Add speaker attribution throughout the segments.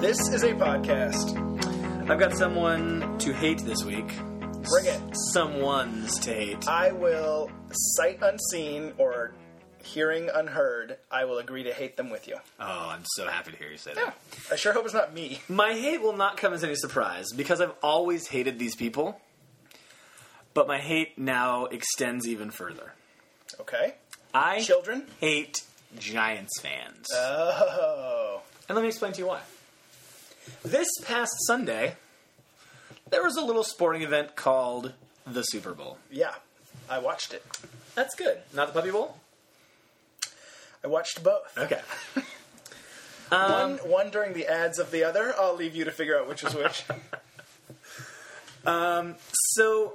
Speaker 1: This is a podcast.
Speaker 2: I've got someone to hate this week.
Speaker 1: Bring it.
Speaker 2: Someone's to hate.
Speaker 1: I will, sight unseen or hearing unheard, I will agree to hate them with you.
Speaker 2: Oh, I'm so happy to hear you say that.
Speaker 1: I sure hope it's not me.
Speaker 2: My hate will not come as any surprise because I've always hated these people. But my hate now extends even further.
Speaker 1: Okay.
Speaker 2: I
Speaker 1: Children?
Speaker 2: hate Giants fans.
Speaker 1: Oh.
Speaker 2: and let me explain to you why. This past Sunday, there was a little sporting event called the Super Bowl.
Speaker 1: Yeah. I watched it.
Speaker 2: That's good. Not the Puppy Bowl?
Speaker 1: I watched both.
Speaker 2: Okay.
Speaker 1: one, one during the ads of the other. I'll leave you to figure out which is which.
Speaker 2: So,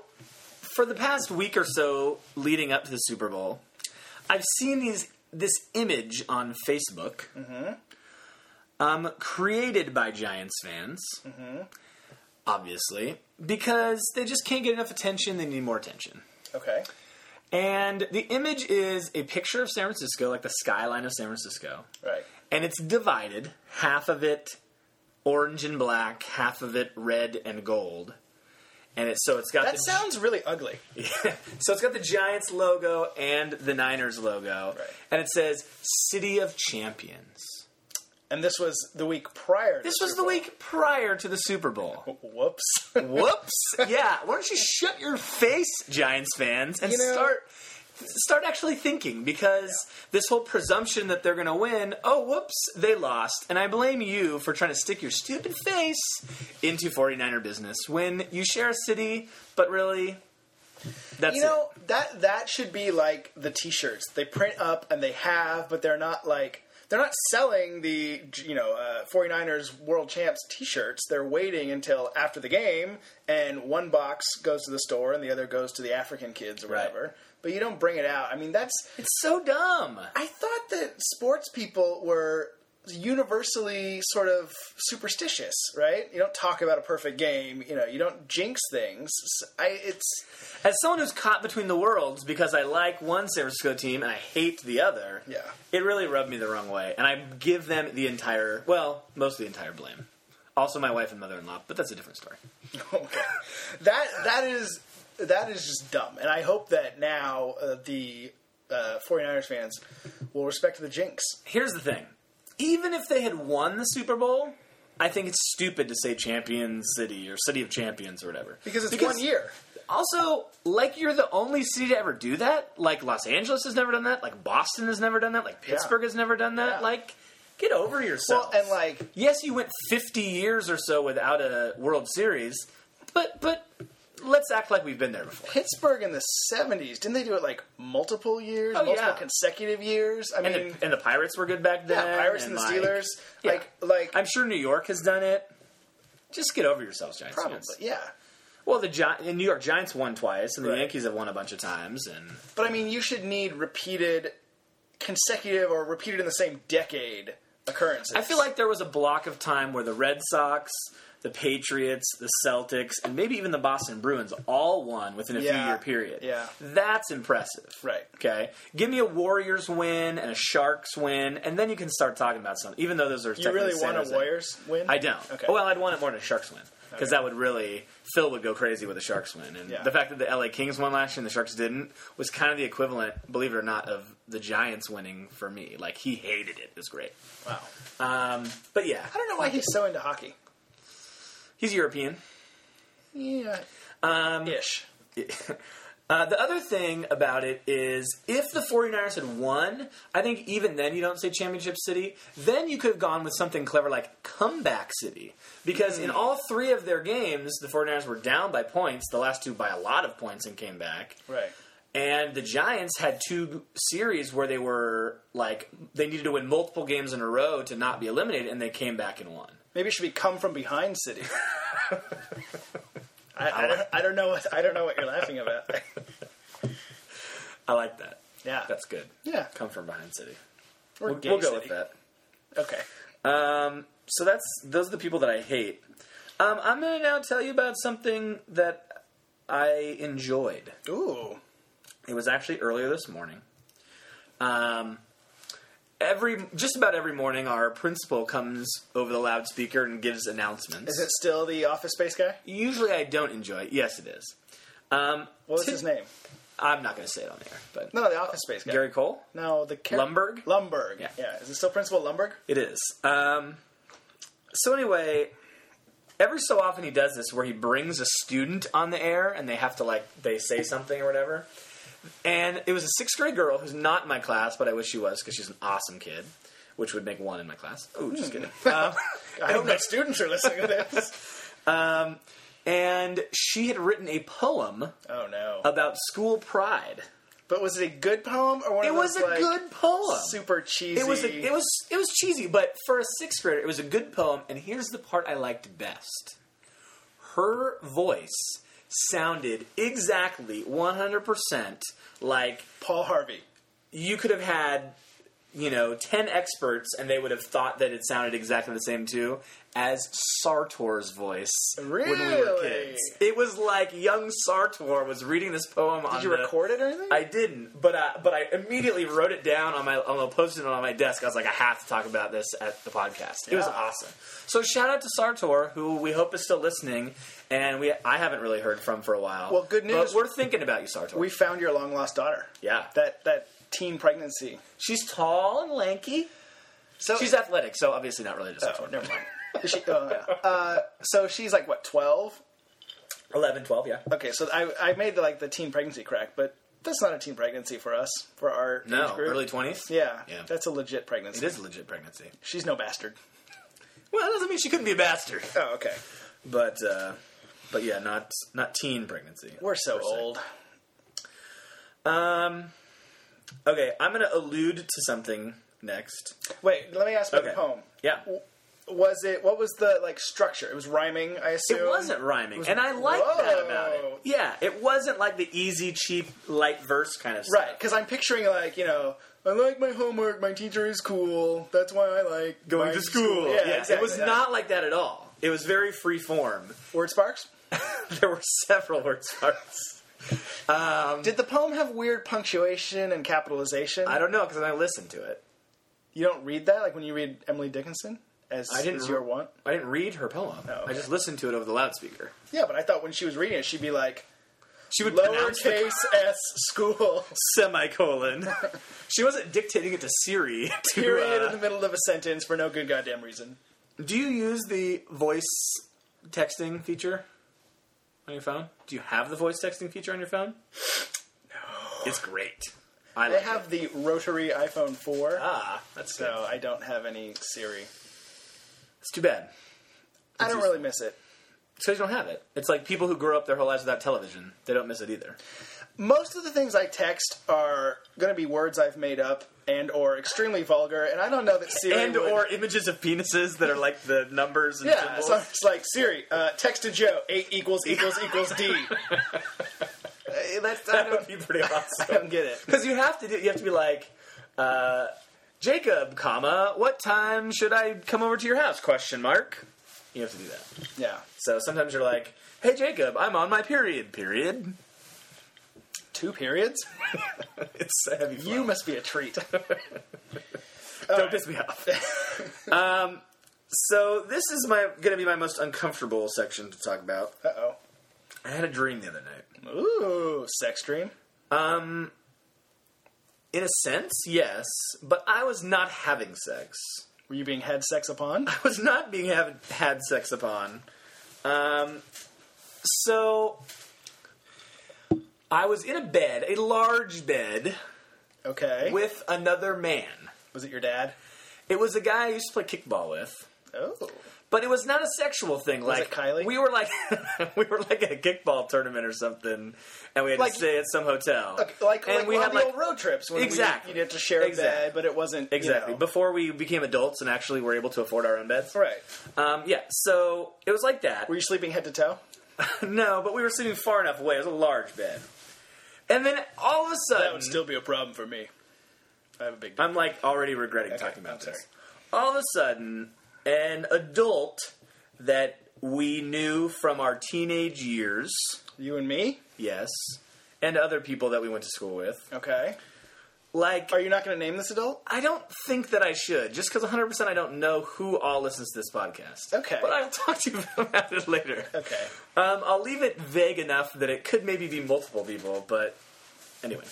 Speaker 2: for the past week or so leading up to the Super Bowl, I've seen these this image on Facebook, um, created by Giants fans, obviously, because they just can't get enough attention. They need more attention.
Speaker 1: okay.
Speaker 2: And the image is a picture of San Francisco, like the skyline of San Francisco,
Speaker 1: Right.
Speaker 2: and it's divided. Half of it orange and black, half of it red and gold. And it's so it's got
Speaker 1: That
Speaker 2: the
Speaker 1: sounds really ugly.
Speaker 2: so it's got the Giants logo and the Niners logo,
Speaker 1: Right.
Speaker 2: and it says "City of Champions."
Speaker 1: And this was the week prior. To
Speaker 2: This
Speaker 1: the
Speaker 2: was
Speaker 1: Super
Speaker 2: the week prior to the Super Bowl.
Speaker 1: Bowl. Whoops.
Speaker 2: Whoops! yeah, why don't you shut your face, Giants fans, and
Speaker 1: You know-
Speaker 2: start start actually thinking? Because this whole presumption that they're going to win. Oh, whoops! They lost, and I blame you for trying to stick your stupid face into 49er business when you share a city, but really. That's
Speaker 1: you
Speaker 2: it.
Speaker 1: know that that should be like the t-shirts they print up and they have but they're not like they're not selling the you know uh, 49ers world champs t-shirts they're waiting until after the game and one box goes to the store and the other goes to the african kids or
Speaker 2: Right.
Speaker 1: whatever but you don't bring it out i mean that's
Speaker 2: It's so dumb.
Speaker 1: i thought that sports people were universally sort of superstitious right you don't talk about a perfect game you know you don't jinx things i it's
Speaker 2: As someone who's caught between the worlds because I like one San Francisco team and I hate the other,
Speaker 1: Yeah.
Speaker 2: it really rubbed me the wrong way. And I give them the entire, well, most of the entire blame. Also, my wife and mother in law, but that's a different story.
Speaker 1: that that is that is just dumb and i hope that now uh, the uh, 49ers fans will respect the jinx
Speaker 2: Here's the thing even if they had won the Super Bowl, I think it's stupid to say Champion City or City of Champions or whatever.
Speaker 1: because it's one year
Speaker 2: Also, like you're the only city to ever do that. Like Los Angeles has never done that. Like Boston has never done that. Like Pittsburgh has never done that.
Speaker 1: Yeah.
Speaker 2: Like, get over yourself.
Speaker 1: well, and like
Speaker 2: yes, you went 50 years or so without a World Series, but but let's act like we've been there before.
Speaker 1: pittsburgh in the 70s didn't they do it like multiple years
Speaker 2: Oh,
Speaker 1: multiple
Speaker 2: yeah.
Speaker 1: consecutive years i
Speaker 2: And
Speaker 1: mean
Speaker 2: the, and the Pirates were good back then.
Speaker 1: yeah, pirates and the
Speaker 2: like-
Speaker 1: steelers
Speaker 2: yeah.
Speaker 1: like like
Speaker 2: I'm sure New York has done it. Just get over yourselves, Giants.
Speaker 1: probably
Speaker 2: fans.
Speaker 1: yeah
Speaker 2: Well, the Gi- and New York Giants won twice, and the
Speaker 1: Right.
Speaker 2: Yankees have won a bunch of times, and
Speaker 1: but i mean you should need repeated consecutive or repeated in the same decade occurrences
Speaker 2: I feel like there was a block of time where the Red Sox, the Patriots, the Celtics, and maybe even the Boston Bruins all won within a few
Speaker 1: Yeah.
Speaker 2: year period.
Speaker 1: Yeah.
Speaker 2: That's impressive.
Speaker 1: Right.
Speaker 2: Okay. Give me a Warriors win and a Sharks win, and then you can start talking about something, even though those are
Speaker 1: you really
Speaker 2: technically San
Speaker 1: want a
Speaker 2: Jose.
Speaker 1: warriors win
Speaker 2: I don't.
Speaker 1: okay
Speaker 2: Well, I'd want it more than a Sharks win. Because that would really Phil would go crazy with a Sharks win, and
Speaker 1: Yeah.
Speaker 2: the fact that the LA Kings won last year and the Sharks didn't was kind of the equivalent, believe it or not, of the Giants winning for me. Like he hated it. It was great,
Speaker 1: wow
Speaker 2: but yeah,
Speaker 1: I don't know why he's so into hockey.
Speaker 2: he's European.
Speaker 1: Yeah. Um, Ish.
Speaker 2: Uh, the other thing about it is if the 49ers had won, I think even then you don't say championship city. Then you could have gone with something clever like comeback city. Because in all three of their games, the 49ers were down by points, the last two by a lot of points and came back.
Speaker 1: Right.
Speaker 2: And the Giants had two series where they were like, they needed to win multiple games in a row to not be eliminated, and they came back and won.
Speaker 1: Maybe it should be come from behind city. I, I, don't, I don't know. What, I don't know what you're laughing about.
Speaker 2: I like that.
Speaker 1: Yeah.
Speaker 2: That's good.
Speaker 1: Yeah.
Speaker 2: Come from behind city.
Speaker 1: Or
Speaker 2: We'll,
Speaker 1: gay
Speaker 2: we'll go
Speaker 1: city.
Speaker 2: with that.
Speaker 1: Okay.
Speaker 2: so that's those are the people that I hate. Um, I'm going to now tell you about something that I enjoyed.
Speaker 1: Ooh.
Speaker 2: It was actually earlier this morning. Um, every just about every morning, our principal comes over the loudspeaker and gives announcements.
Speaker 1: Is it still the Office Space guy?
Speaker 2: Usually, I don't enjoy it. Yes, it is. Um,
Speaker 1: What was
Speaker 2: to-
Speaker 1: his name?
Speaker 2: I'm not going to say it on the air, but
Speaker 1: No, no, the Office Space guy.
Speaker 2: Gary Cole.
Speaker 1: No, the char-
Speaker 2: Lumberg?
Speaker 1: Lumberg.
Speaker 2: Yeah.
Speaker 1: yeah. Is it still Principal Lumberg?
Speaker 2: It is. Um, so anyway, every so often he does this where he brings a student on the air and they have to like they say something or whatever. And it was a sixth grade girl who's not in my class, but I wish she was because she's an awesome kid, which would make one in my class. Oh, just kidding. Um,
Speaker 1: I hope my students are listening to this.
Speaker 2: and she had written a poem
Speaker 1: Oh no!
Speaker 2: about school pride.
Speaker 1: but was it a good poem or one
Speaker 2: It
Speaker 1: of
Speaker 2: was
Speaker 1: those
Speaker 2: a
Speaker 1: like,
Speaker 2: good poem.
Speaker 1: super cheesy?
Speaker 2: It was a, it was it was cheesy, but for a sixth grader, it was a good poem. And here's the part I liked best: her voice sounded exactly 100 percent like
Speaker 1: Paul Harvey.
Speaker 2: you could have had, you know, 10 experts and they would have thought that it sounded exactly the same too as Sartor's voice when we were
Speaker 1: Really?
Speaker 2: kids. It was like young Sartor was reading this poem on
Speaker 1: Did you
Speaker 2: the,
Speaker 1: record it or anything?
Speaker 2: I didn't, but uh, but I immediately wrote it down on my on a post-it on my desk. I was like, I have to talk about this at the podcast. It was
Speaker 1: Yeah.
Speaker 2: awesome. So shout out to Sartor, who we hope is still listening, and we I haven't really heard from for a while.
Speaker 1: Well, good news.
Speaker 2: But we're thinking about you, Sartor.
Speaker 1: we found your long lost daughter.
Speaker 2: yeah,
Speaker 1: That that teen pregnancy.
Speaker 2: she's tall and lanky.
Speaker 1: So
Speaker 2: She's athletic, so obviously not related to
Speaker 1: Oh,
Speaker 2: Sartor.
Speaker 1: never mind. Is she- oh, yeah. uh, so she's like what twelve?
Speaker 2: 11, 12, yeah.
Speaker 1: Okay, so I I made the, like the teen pregnancy crack, but that's not a teen pregnancy for us for our age
Speaker 2: No,
Speaker 1: group.
Speaker 2: early 20s?
Speaker 1: Yeah,
Speaker 2: Yeah.
Speaker 1: that's a legit pregnancy.
Speaker 2: It is a legit pregnancy.
Speaker 1: She's no bastard.
Speaker 2: Well, that doesn't mean she couldn't be a bastard.
Speaker 1: Oh, okay.
Speaker 2: But, uh, but yeah, not not teen pregnancy.
Speaker 1: We're so
Speaker 2: Per se.
Speaker 1: old.
Speaker 2: Okay, I'm going to allude to something next.
Speaker 1: Wait, let me ask about
Speaker 2: Okay.
Speaker 1: the poem.
Speaker 2: Yeah.
Speaker 1: Was it what was the like structure? It was rhyming, I assume.
Speaker 2: It wasn't rhyming, and I like that about
Speaker 1: Whoa.
Speaker 2: it. Yeah, it wasn't like the easy, cheap, light verse kind of stuff.
Speaker 1: Right, because I'm picturing like you know, I like my homework. My teacher is cool. That's why I like
Speaker 2: Going
Speaker 1: my
Speaker 2: to school.
Speaker 1: Yeah,
Speaker 2: Yeah,
Speaker 1: exactly.
Speaker 2: it was
Speaker 1: Yeah.
Speaker 2: not like that at all. It was very free form.
Speaker 1: word sparks.
Speaker 2: There were several word starts.
Speaker 1: Did the poem have weird punctuation and capitalization?
Speaker 2: I don't know because I listened to it.
Speaker 1: you don't read that like when you read Emily Dickinson as
Speaker 2: I didn't
Speaker 1: as your
Speaker 2: re-
Speaker 1: want.
Speaker 2: I didn't read her poem.
Speaker 1: okay.
Speaker 2: I just listened to it over the loudspeaker.
Speaker 1: Yeah, but I thought when she was reading it, she'd be like
Speaker 2: She would pronounce the
Speaker 1: lowercase s school
Speaker 2: semicolon. she wasn't dictating it to Siri. To,
Speaker 1: period
Speaker 2: uh,
Speaker 1: in the middle of a sentence for no good goddamn reason.
Speaker 2: Do you use the voice texting feature on your phone? Do you have the voice texting feature on your phone? No. It's great. I
Speaker 1: I
Speaker 2: like it.
Speaker 1: have the rotary iPhone four,
Speaker 2: Ah, that's good.
Speaker 1: so I don't have any Siri.
Speaker 2: It's too bad.
Speaker 1: I don't really miss it.
Speaker 2: So you don't have it. It's like people who grew up their whole lives without television. They don't miss it either.
Speaker 1: most of the things I text are going to be words I've made up and or extremely vulgar, and I don't know that Siri
Speaker 2: And
Speaker 1: would-
Speaker 2: or images of penises that are like the numbers and
Speaker 1: yeah.
Speaker 2: symbols.
Speaker 1: So I'm just like Siri, uh, text to Joe eight equals equals equals D. Uh, That's I
Speaker 2: that would
Speaker 1: don't,
Speaker 2: be pretty
Speaker 1: I
Speaker 2: awesome.
Speaker 1: don't get it.
Speaker 2: Because you have to do. You have to be like, uh, Jacob, comma. What time should I come over to your house? Question mark. You have to do that.
Speaker 1: Yeah,
Speaker 2: So sometimes you're like, "Hey Jacob, I'm on my period." Period.
Speaker 1: two periods.
Speaker 2: It's a heavy.
Speaker 1: You
Speaker 2: You
Speaker 1: must be a treat.
Speaker 2: don't piss me off. um, so this is my going to be my most uncomfortable section to talk about.
Speaker 1: Uh oh.
Speaker 2: I had a dream the other night.
Speaker 1: Ooh, sex dream.
Speaker 2: In a sense, yes, but I was not having sex.
Speaker 1: Were you being had sex upon?
Speaker 2: I was not being have, had sex upon. Um, so I was in a bed, a large bed,
Speaker 1: Okay.
Speaker 2: with another man.
Speaker 1: Was it your dad?
Speaker 2: It was a guy I used to play kickball with.
Speaker 1: Oh.
Speaker 2: But it was not a sexual thing. like
Speaker 1: it Kylie?
Speaker 2: we were like we were like at a kickball tournament or something, and we had
Speaker 1: Like-
Speaker 2: to stay at some hotel.
Speaker 1: Okay, like
Speaker 2: and
Speaker 1: like
Speaker 2: we
Speaker 1: on
Speaker 2: had
Speaker 1: the
Speaker 2: like
Speaker 1: old road trips when
Speaker 2: Exactly.
Speaker 1: we, you'd have to share a
Speaker 2: Exactly.
Speaker 1: bed, but it wasn't you
Speaker 2: exactly
Speaker 1: know.
Speaker 2: before we became adults and actually were able to afford our own beds.
Speaker 1: right.
Speaker 2: Um, yeah, so it was like that.
Speaker 1: Were you sleeping head to toe?
Speaker 2: no, but we were sitting far enough away. It was a large bed, and then all of a sudden,
Speaker 1: That would still be a problem for me. I have a big.
Speaker 2: I'm like already regretting talking
Speaker 1: I'm
Speaker 2: about
Speaker 1: sorry.
Speaker 2: this. All of a sudden, an adult that we knew from our teenage years.
Speaker 1: You and me.
Speaker 2: Yes. And other people that we went to school with
Speaker 1: Okay.
Speaker 2: Like,
Speaker 1: Are you not going to name this adult?
Speaker 2: I don't think that I should, just because 100% I don't know who all listens to this podcast.
Speaker 1: Okay.
Speaker 2: But I'll talk to you about it later.
Speaker 1: Okay.
Speaker 2: Um, I'll leave it vague enough that it could maybe be multiple people, but anyway.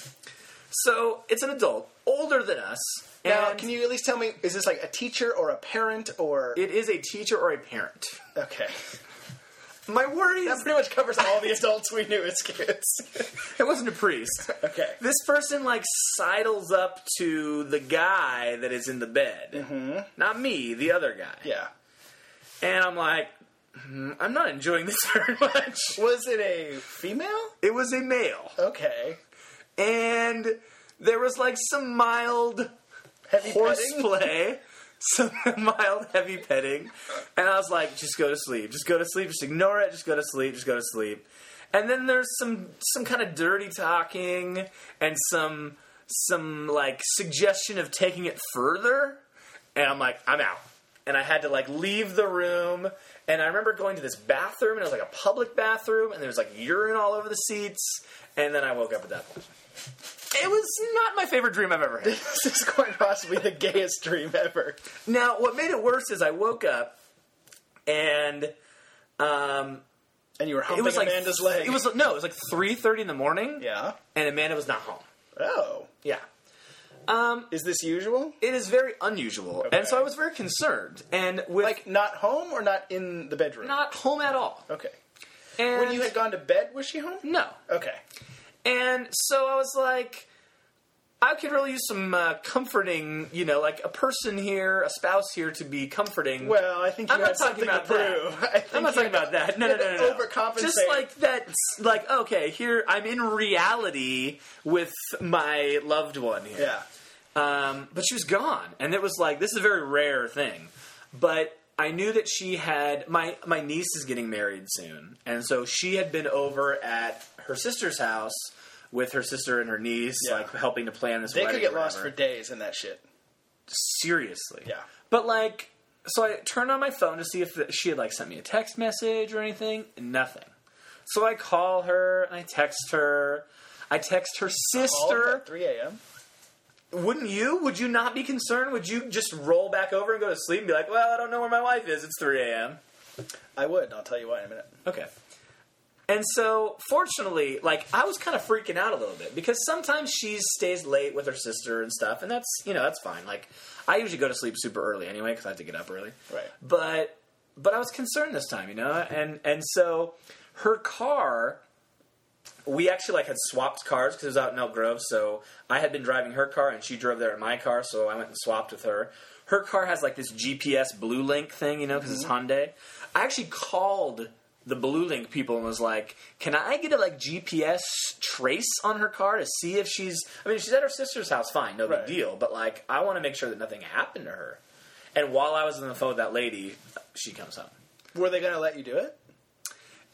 Speaker 2: So it's an adult, older than us.
Speaker 1: Now,
Speaker 2: and
Speaker 1: can you at least tell me, is this like a teacher or a parent or.
Speaker 2: It is a teacher or a parent.
Speaker 1: okay.
Speaker 2: My worry
Speaker 1: That
Speaker 2: is
Speaker 1: pretty much covers all the adults we knew as kids.
Speaker 2: it wasn't a priest.
Speaker 1: okay.
Speaker 2: This person like sidles up to the guy that is in the bed, mm-hmm. not me, the other guy.
Speaker 1: Yeah.
Speaker 2: And I'm like, hmm, I'm not enjoying this very much.
Speaker 1: Was it a female?
Speaker 2: It was a male,
Speaker 1: Okay.
Speaker 2: and there was like some mild
Speaker 1: Heavy petting?
Speaker 2: horseplay, some mild heavy petting, and I was like, just go to sleep, just go to sleep, just ignore it, just go to sleep, just go to sleep. And then there's some some kind of dirty talking and some some like suggestion of taking it further, and I'm like, I'm out. And I had to like leave the room. And I remember going to this bathroom, and it was like a public bathroom, and there was like urine all over the seats. And then I woke up at that point. It was not my favorite dream I've ever had.
Speaker 1: This is quite possibly the gayest dream ever.
Speaker 2: Now, what made it worse is I woke up and um,
Speaker 1: And you were
Speaker 2: it
Speaker 1: humping
Speaker 2: was like
Speaker 1: Amanda's leg.
Speaker 2: It was no, it was like three thirty in the morning,
Speaker 1: Yeah.
Speaker 2: and Amanda was not home.
Speaker 1: Oh.
Speaker 2: Yeah,
Speaker 1: Is this usual?
Speaker 2: it is very unusual,
Speaker 1: Okay.
Speaker 2: and so I was very concerned and with
Speaker 1: Like, not home or not in the bedroom?
Speaker 2: not home at all.
Speaker 1: Okay.
Speaker 2: And
Speaker 1: When you had gone to bed, was she home?
Speaker 2: no,
Speaker 1: Okay.
Speaker 2: and so I was like. I could really use some uh, comforting, you know, like a person here, a spouse here to be comforting.
Speaker 1: Well, I think you
Speaker 2: I'm
Speaker 1: had
Speaker 2: not talking
Speaker 1: something
Speaker 2: about
Speaker 1: to
Speaker 2: that.
Speaker 1: prove. I think
Speaker 2: I'm not
Speaker 1: you
Speaker 2: talking about that. No, no,
Speaker 1: had
Speaker 2: no,
Speaker 1: to
Speaker 2: no, no.
Speaker 1: overcompensate.
Speaker 2: Just like that. Like okay, here I'm in reality with my loved one here.
Speaker 1: Yeah.
Speaker 2: Um, but she was gone, and it was like this is a very rare thing. But I knew that she had my my niece is getting married soon, and so she had been over at her sister's house with her sister and her niece,
Speaker 1: Yeah.
Speaker 2: like helping to plan this.
Speaker 1: They could
Speaker 2: wedding
Speaker 1: get
Speaker 2: or
Speaker 1: lost
Speaker 2: whatever
Speaker 1: for days in that shit.
Speaker 2: seriously.
Speaker 1: Yeah.
Speaker 2: But like, so I turned on my phone to see if she had like sent me a text message or anything. Nothing. So I call her and I text her. I text her
Speaker 1: All
Speaker 2: sister.
Speaker 1: at 3 a.m.
Speaker 2: Wouldn't you? Would you not be concerned? Would you just roll back over and go to sleep and be like, "Well, I don't know where my wife is. It's 3 a.m."
Speaker 1: I would. I'll tell you why in a minute.
Speaker 2: Okay. And so, fortunately, like I was kind of freaking out a little bit because sometimes she stays late with her sister and stuff, and that's you know that's fine. Like I usually go to sleep super early anyway because I have to get up early.
Speaker 1: Right.
Speaker 2: But but I was concerned this time, you know, and and so her car. We actually like had swapped cars because it was out in Elk Grove, so I had been driving her car and she drove there in my car, so I went and swapped with her. Her car has like this GPS Blue Link thing, you know, because it's Hyundai. I actually called the Blue Link people and was like, "Can I get a like GPS trace on her car to see if she's? I mean, if she's at her sister's house, fine, no
Speaker 1: Right.
Speaker 2: big deal. But like, I want to make sure that nothing happened to her." And while I was on the phone with that lady, she comes up.
Speaker 1: Were they going to let you do it?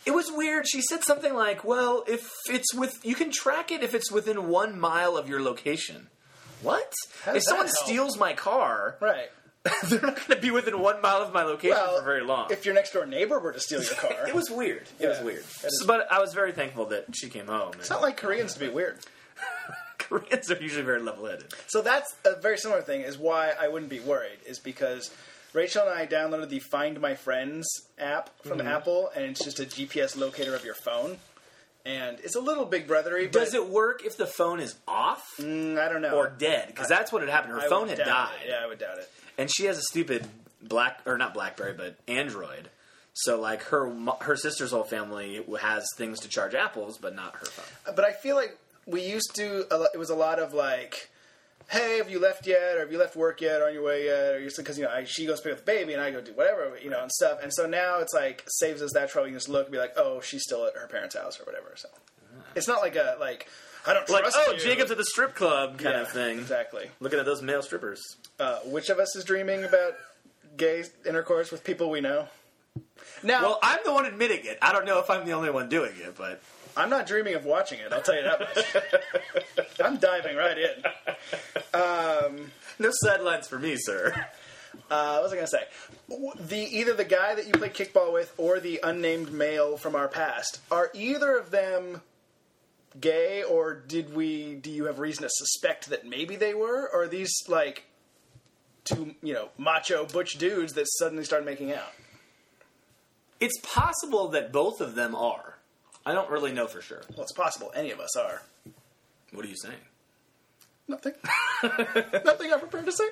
Speaker 2: It was weird. She said something like, "Well, if it's with, you can track it if it's within one mile of your location." What?
Speaker 1: does
Speaker 2: If
Speaker 1: that
Speaker 2: someone
Speaker 1: help?
Speaker 2: steals my car,
Speaker 1: Right.
Speaker 2: they're not going to be within one mile of my location
Speaker 1: Well,
Speaker 2: for very long.
Speaker 1: If your next door neighbor were to steal your car.
Speaker 2: it was weird. It was
Speaker 1: Yeah.
Speaker 2: weird.
Speaker 1: That is-
Speaker 2: So- but I was very thankful that she came home.
Speaker 1: It's not like Koreans to be weird.
Speaker 2: Koreans are usually very level-headed.
Speaker 1: So that's a very similar thing is why I wouldn't be worried is because Rachel and I downloaded the Find My Friends app from Apple and it's just a GPS locator of your phone. And it's a little big brothery, but
Speaker 2: Does it work if the phone is off
Speaker 1: Mm, I don't know.
Speaker 2: or dead? Because that's what had happened. Her
Speaker 1: I
Speaker 2: phone
Speaker 1: would
Speaker 2: had
Speaker 1: doubt
Speaker 2: died,
Speaker 1: It. Yeah, I would doubt it.
Speaker 2: and she has a stupid black or not BlackBerry, but Android. So like her mo- her sister's whole family has things to charge apples, but not her phone.
Speaker 1: But I feel like we used to. a lo- It was a lot of like, "Hey, have you left yet? Or have you left work yet? Or on your way yet?" Or because you know I, she goes pick up the baby and I go do whatever you know and stuff. And so now it's like saves us that trouble. You can just look and be like, "Oh, she's still at her parents' house or whatever." So it's not like a like I don't
Speaker 2: Like
Speaker 1: trust
Speaker 2: oh,
Speaker 1: you."
Speaker 2: Jacob's at the strip club kind
Speaker 1: Yeah,
Speaker 2: of thing.
Speaker 1: Exactly.
Speaker 2: Looking at those male strippers.
Speaker 1: Uh, which of us is dreaming about gay intercourse with people we know? Now
Speaker 2: Well, I'm the one admitting it. I don't know if I'm the only one doing it, but
Speaker 1: I'm not dreaming of watching it. I'll tell you that much. I'm diving right in.
Speaker 2: no sidelines for me, sir.
Speaker 1: Uh, what was I going to say? W- The either the guy that you played kickball with or the unnamed male from our past are either of them gay, or did we? Do you have reason to suspect that maybe they were, or are these like two you know macho butch dudes that suddenly start making out?
Speaker 2: It's possible that both of them are. I don't really know for sure.
Speaker 1: Well, it's possible any of us are.
Speaker 2: What are you saying?
Speaker 1: Nothing. Nothing I'm prepared to say.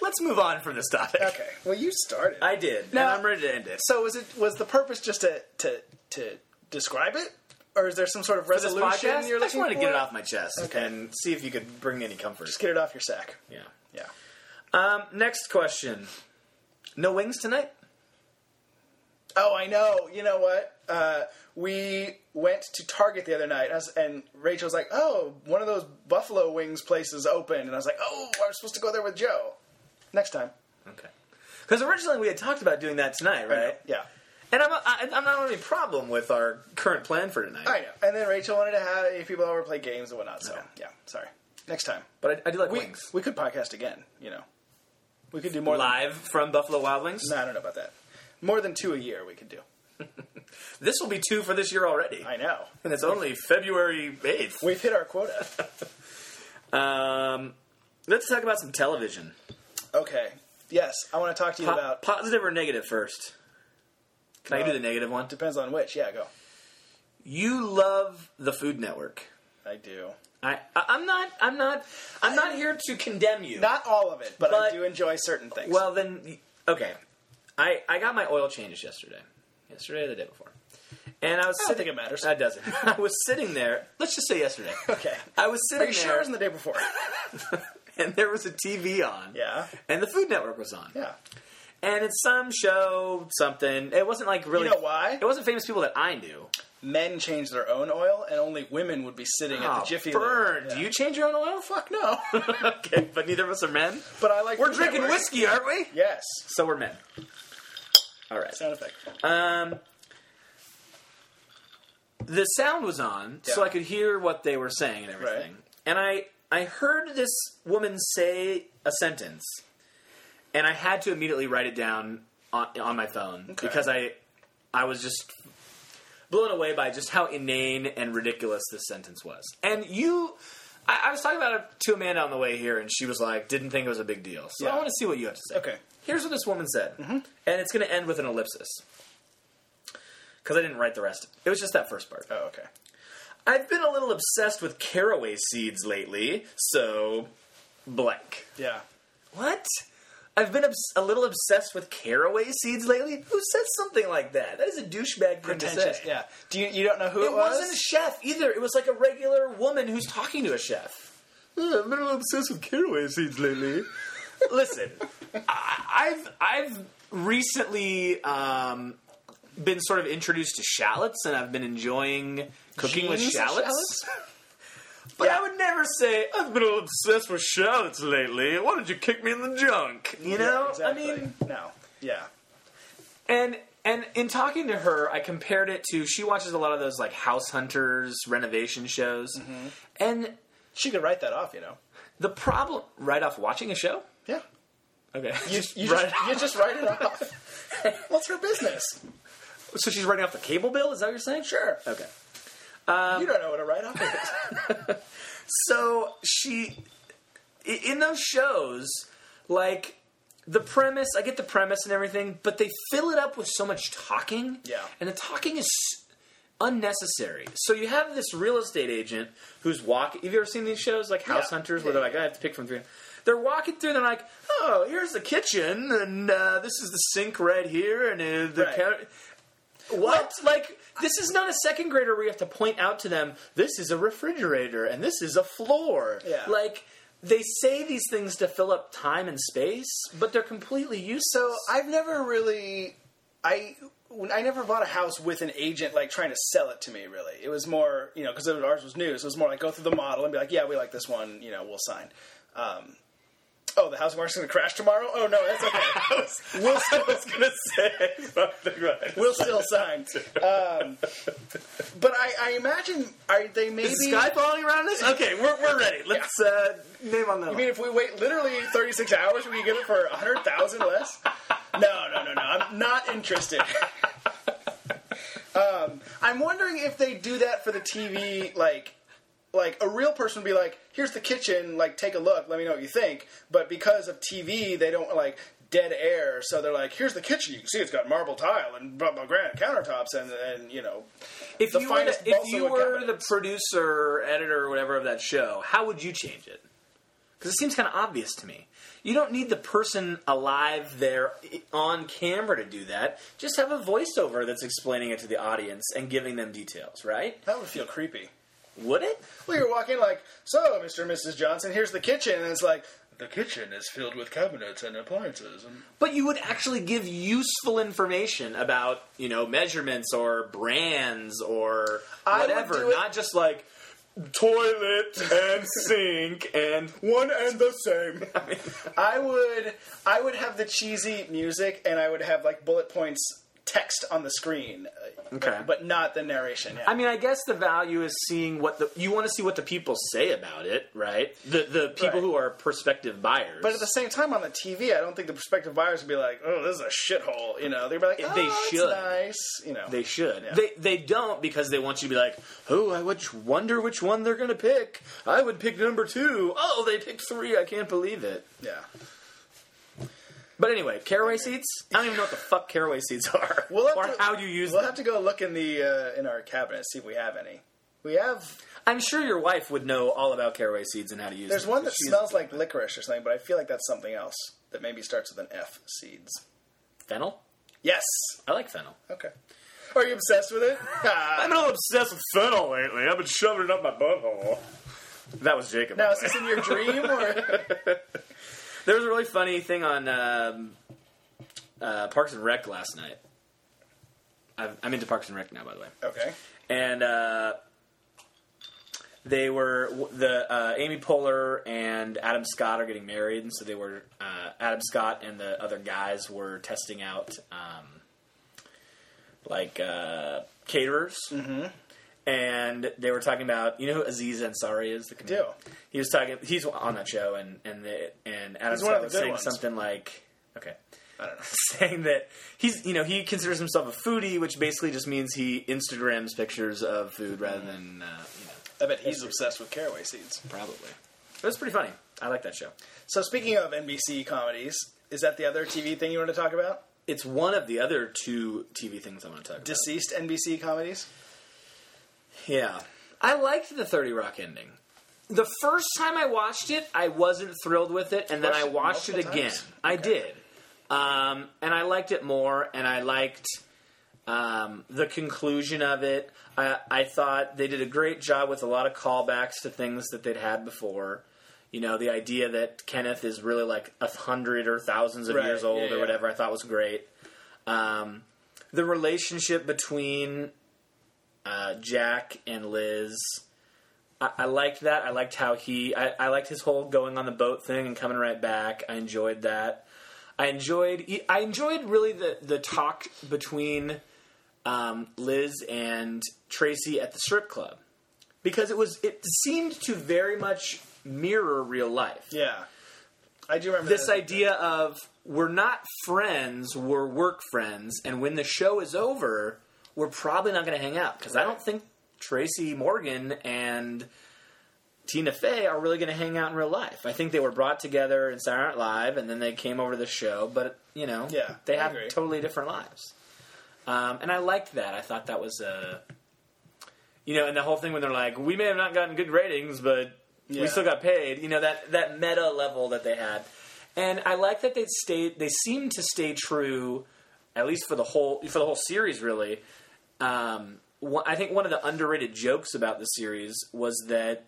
Speaker 2: Let's move on from this topic.
Speaker 1: Okay. Well, you started.
Speaker 2: I did.
Speaker 1: No.
Speaker 2: and I'm ready to end it.
Speaker 1: so was it was the purpose just to to to describe it, or is there some sort of
Speaker 2: This
Speaker 1: resolution
Speaker 2: podcast,
Speaker 1: you're
Speaker 2: I just
Speaker 1: looking
Speaker 2: wanted to get
Speaker 1: for?
Speaker 2: it off my chest
Speaker 1: Okay.
Speaker 2: and see if you could bring any comfort.
Speaker 1: Just get it off your sack.
Speaker 2: Yeah.
Speaker 1: Yeah.
Speaker 2: Um, next question. No wings tonight?
Speaker 1: Oh, I know. You know what? Uh, we went to Target the other night, and, I was, and Rachel was like, "Oh, one of those buffalo wings places opened," and I was like, "Oh, I was supposed to go there with Joe next time."
Speaker 2: Okay. Because originally we had talked about doing that tonight, right?
Speaker 1: Yeah.
Speaker 2: And I'm, I, I'm not having any problem with our current plan for tonight.
Speaker 1: I know. And then Rachel wanted to have if people over play games and whatnot. So
Speaker 2: Okay.
Speaker 1: yeah, sorry. Next time
Speaker 2: But I, I do like
Speaker 1: we
Speaker 2: wings.
Speaker 1: we could podcast again. You know, we could do more
Speaker 2: Live from Buffalo Wild Wings.
Speaker 1: Than, no, I don't know about that. More than two a year we could do.
Speaker 2: This will be two for this year already.
Speaker 1: I know.
Speaker 2: And it's only February 8th.
Speaker 1: We've hit our quota.
Speaker 2: Um, let's talk about some television.
Speaker 1: okay. Yes, I want to talk to you
Speaker 2: Po-
Speaker 1: about.
Speaker 2: positive or negative first? Can I
Speaker 1: Uh,
Speaker 2: do the negative one?
Speaker 1: Depends on which. Yeah, go.
Speaker 2: You love the Food Network.
Speaker 1: I do.
Speaker 2: I, I I'm not I'm not I'm not here to condemn you.
Speaker 1: Not all of it, but, I
Speaker 2: But-
Speaker 1: do enjoy certain things.
Speaker 2: well then okay. I I got my oil changed yesterday. Yesterday or the day before. And I was
Speaker 1: I don't
Speaker 2: sitting
Speaker 1: think it matters.
Speaker 2: That doesn't. I was sitting there. Let's just say yesterday.
Speaker 1: okay.
Speaker 2: I was sitting
Speaker 1: Are you
Speaker 2: there
Speaker 1: sure it wasn't the day before?
Speaker 2: and there was a TV on.
Speaker 1: yeah.
Speaker 2: And the Food Network was on.
Speaker 1: Yeah.
Speaker 2: And it's some show, something. It wasn't like really
Speaker 1: You know why?
Speaker 2: It wasn't famous people that I knew.
Speaker 1: Men change their own oil, and only women would be sitting at
Speaker 2: Oh,
Speaker 1: the Jiffy Lube.
Speaker 2: burn.
Speaker 1: Yeah.
Speaker 2: Do you change your own oil? Fuck
Speaker 1: No.
Speaker 2: okay, but neither of us are men.
Speaker 1: but I like.
Speaker 2: We're
Speaker 1: Food
Speaker 2: drinking
Speaker 1: Network.
Speaker 2: whiskey, aren't we?
Speaker 1: Yes.
Speaker 2: So we're men. All right.
Speaker 1: Sound effect.
Speaker 2: Um, the sound was on, so
Speaker 1: Yeah.
Speaker 2: I could hear what they were saying and everything.
Speaker 1: Right.
Speaker 2: And I, I heard this woman say a sentence, and I had to immediately write it down on, on my phone
Speaker 1: Okay.
Speaker 2: because I, I was just blown away by just how inane and ridiculous this sentence was. And you. I I was talking about it to Amanda on the way here, and she was like, didn't think it was a big deal. So I
Speaker 1: Yeah.
Speaker 2: want to see what you have to say.
Speaker 1: Okay.
Speaker 2: Here's what this woman said,
Speaker 1: Mm-hmm.
Speaker 2: and it's going to end with an ellipsis because I didn't write the rest. It was just that first part.
Speaker 1: Oh, okay.
Speaker 2: I've been a little obsessed with caraway seeds lately, so blank.
Speaker 1: Yeah.
Speaker 2: What? I've been obs- a little obsessed with caraway seeds lately. Who says something like that? That is a douchebag thing to say.
Speaker 1: Pretentious. Yeah. Do you you don't know who it,
Speaker 2: It wasn't a chef either. It was like a regular woman who's talking to a chef. I've been a little obsessed with caraway seeds lately. Listen, I, I've I've recently um, been sort of introduced to shallots, and I've been enjoying cooking with
Speaker 1: Jeans and
Speaker 2: shallots.
Speaker 1: shallots?
Speaker 2: but I would never say I've been a little obsessed with shallots lately. Why don't you kick me in the junk? You
Speaker 1: Yeah,
Speaker 2: know,
Speaker 1: exactly.
Speaker 2: I mean,
Speaker 1: no. Yeah.
Speaker 2: and and in talking to her, I compared it to she watches a lot of those like house hunters renovation shows,
Speaker 1: Mm-hmm.
Speaker 2: and
Speaker 1: She could write that off, you know.
Speaker 2: the problem right off watching a show.
Speaker 1: Yeah.
Speaker 2: Okay,
Speaker 1: You, you,
Speaker 2: right
Speaker 1: just, you just write it off. What's her business?
Speaker 2: so she's writing off the cable bill. Is that what you're saying?
Speaker 1: Sure.
Speaker 2: Okay.
Speaker 1: you don't know what a write off is.
Speaker 2: So she i- in those shows, like the premise. I get the premise and everything, but they fill it up with so much talking.
Speaker 1: Yeah.
Speaker 2: and the talking is. Unnecessary. So you have this real estate agent who's walking. Have you ever seen these shows like House
Speaker 1: Yeah.
Speaker 2: Hunters, where they're like, "I have to pick from three. They're walking through. and They're like, "Oh, here's the kitchen, and uh, this is the sink right here, and uh, the
Speaker 1: Right.
Speaker 2: counter." What? like, this is not a second grader where you have to point out to them, this is a refrigerator and this is a floor.
Speaker 1: Yeah.
Speaker 2: Like, they say these things to fill up time and space, but they're completely useless.
Speaker 1: So I've never really, I when I never bought a house with an agent like trying to sell it to me. Really, it was more you know because ours was new, so it was more like go through the model and be like, yeah, we like this one, you know, we'll sign. Um, oh, the housing market's going to crash tomorrow. Oh no, that's okay. we'll still,
Speaker 2: gonna say something right.
Speaker 1: we'll still sign. Um, but I, I imagine are they maybe.
Speaker 2: Is the sky falling around us? Okay, we're, we're ready. Let's uh, name on
Speaker 1: I
Speaker 2: that.
Speaker 1: mean, if we wait literally 36 hours, we can get it for 100,000 less? No, no, no, no. I'm not interested. um, I'm wondering if they do that for the TV, like, like a real person would be like, "Here's the kitchen, like, take a look, let me know what you think." But because of TV, they don't like dead air, so they're like, "Here's the kitchen. You can see it's got marble tile and blah blah granite countertops and and you know."
Speaker 2: If
Speaker 1: The
Speaker 2: you were,
Speaker 1: finest
Speaker 2: the, if
Speaker 1: balsa
Speaker 2: you
Speaker 1: wood
Speaker 2: were the
Speaker 1: cabinets.
Speaker 2: producer, editor, or whatever of that show, how would you change it? Because it seems kind of obvious to me. You don't need the person alive there i- on camera to do that. Just have a voiceover that's explaining it to the audience and giving them details, right?
Speaker 1: That would feel creepy.
Speaker 2: Would it?
Speaker 1: Well, you're walking like, so, Mr. and Mrs. Johnson, here's the kitchen, and it's like, the kitchen is filled with cabinets and appliances. And
Speaker 2: But you would actually give useful information about, you know, measurements or brands or
Speaker 1: I would
Speaker 2: whatever,
Speaker 1: do it-
Speaker 2: not just like toilet and sink and
Speaker 1: one and the same. I would, I would have the cheesy music, and I would have like bullet points text on the screen, uh,
Speaker 2: Okay.
Speaker 1: but not the narration. Yeah.
Speaker 2: I mean, I guess the value is seeing what the you want to see what the people say about it, right? The the people
Speaker 1: Right.
Speaker 2: who are prospective buyers.
Speaker 1: but at the same time, on the TV, I don't think the prospective buyers would be like, "Oh, this is a shithole." You know, they'd be like, "Oh,
Speaker 2: They
Speaker 1: it's
Speaker 2: should.
Speaker 1: nice." You know,
Speaker 2: they should. They they don't because they want you to be like, oh, I would wonder which one they're gonna pick. I would pick number two. Oh, they picked three. I can't believe it.
Speaker 1: yeah.
Speaker 2: But anyway, caraway seeds. I don't even know what the fuck caraway seeds are,
Speaker 1: We'll have
Speaker 2: or
Speaker 1: to-
Speaker 2: how you use
Speaker 1: We'll
Speaker 2: them.
Speaker 1: have to go look in the uh, in our cabinet see if we have any. We have
Speaker 2: I'm sure your wife would know all about caraway seeds and how to use
Speaker 1: There's
Speaker 2: them.
Speaker 1: one that
Speaker 2: She's
Speaker 1: smells like licorice or something, but I feel like that's something else that maybe starts with an F. Seeds.
Speaker 2: fennel.
Speaker 1: Yes.
Speaker 2: I like fennel.
Speaker 1: Okay. Are you obsessed with it? Ah.
Speaker 2: I'm a little obsessed with fennel lately. I've been shoving it up my butthole. That was Jacob. by
Speaker 1: now
Speaker 2: the
Speaker 1: is
Speaker 2: way.
Speaker 1: this in your dream or?
Speaker 2: There was a really funny thing on um, uh, Parks and Rec last night. I've, I'm into Parks and Rec now, by the way.
Speaker 1: Okay.
Speaker 2: And uh, they were w- the uh, Amy Poehler and Adam Scott are getting married, and so they were uh, Adam Scott and the other guys were testing out um, like uh, caterers. Mm-hmm. And they were talking about you know who Aziz Ansari is the comedian.
Speaker 1: do.
Speaker 2: He was talking. He's on that show, and and the, and Adam
Speaker 1: He's one of
Speaker 2: Scott
Speaker 1: the
Speaker 2: was
Speaker 1: good
Speaker 2: saying
Speaker 1: ones.
Speaker 2: something like, okay,
Speaker 1: I don't know.
Speaker 2: saying that he's you know he considers himself a foodie, which basically just means he Instagrams pictures of food rather than uh, you know
Speaker 1: I bet he's obsessed with caraway seeds.
Speaker 2: probably. It was pretty funny. I like that show.
Speaker 1: So speaking of NBC comedies, is that the other TV thing you want to talk about?
Speaker 2: It's one of the other two TV things I want to talk about.
Speaker 1: Deceased NBC comedies.
Speaker 2: yeah, I liked the Thirty Rock ending. The first time I watched it, I wasn't thrilled with it, and then
Speaker 1: Watched
Speaker 2: I
Speaker 1: it
Speaker 2: watched it
Speaker 1: multiple
Speaker 2: again.
Speaker 1: times?
Speaker 2: I did, um, and I liked it more, and I liked. um, the conclusion of it. I, I thought they did a great job with a lot of callbacks to things that they'd had before. You know, the idea that Kenneth is really like a hundred or thousands of
Speaker 1: Right,
Speaker 2: years old
Speaker 1: yeah,
Speaker 2: or
Speaker 1: yeah.
Speaker 2: whatever, I thought was great. Um, the relationship between uh, Jack and Liz. I, I liked that. I liked how he. I, I liked his whole going on the boat thing and coming right back. I enjoyed that. I enjoyed. I enjoyed really the the talk between um, Liz and Tracy at the strip club because it was it seemed to very much mirror real life.
Speaker 1: Yeah. I do remember
Speaker 2: This
Speaker 1: that.
Speaker 2: idea of we're not friends, we're work friends, and when the show is over, we're probably not going to hang out because I don't think Tracy Morgan and Tina Fey are really going to hang out in real life. I think they were brought together in Saturday Night Live, and then they came over to the show. But you know,
Speaker 1: Yeah,
Speaker 2: they
Speaker 1: I
Speaker 2: have
Speaker 1: agree.
Speaker 2: totally different lives. Um, and I liked that. I thought that was a, you know, and the whole thing when they're like, we may have not gotten good ratings, but
Speaker 1: Yeah.
Speaker 2: we still got paid. You know that that meta level that they had, and I like that they stayed. They seemed to stay true, at least for the whole for the whole series, really um, one, I think one of the underrated jokes about the series was that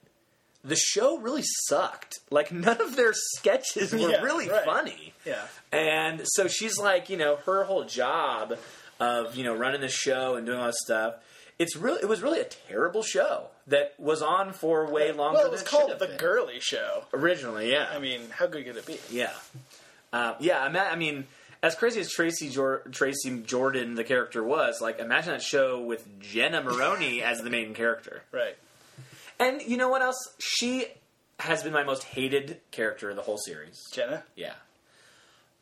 Speaker 2: the show really sucked. Like none of their sketches were
Speaker 1: Yeah,
Speaker 2: really
Speaker 1: right.
Speaker 2: funny.
Speaker 1: Yeah.
Speaker 2: And so she's like, you know, her whole job of you know running the show and doing all this stuff. It's really it was really a terrible show that was on for way longer.
Speaker 1: Well, it was
Speaker 2: than
Speaker 1: called
Speaker 2: should have
Speaker 1: the
Speaker 2: been.
Speaker 1: Girly Show.
Speaker 2: originally. Yeah,
Speaker 1: I mean, how good could it be?
Speaker 2: yeah, uh, yeah. I, ma- I mean, as crazy as Tracy Jor- Tracy Jordan the character was, like imagine that show with Jenna Maroney as the main character.
Speaker 1: Right.
Speaker 2: And you know what else? She has been my most hated character of the whole series.
Speaker 1: Jenna.
Speaker 2: Yeah,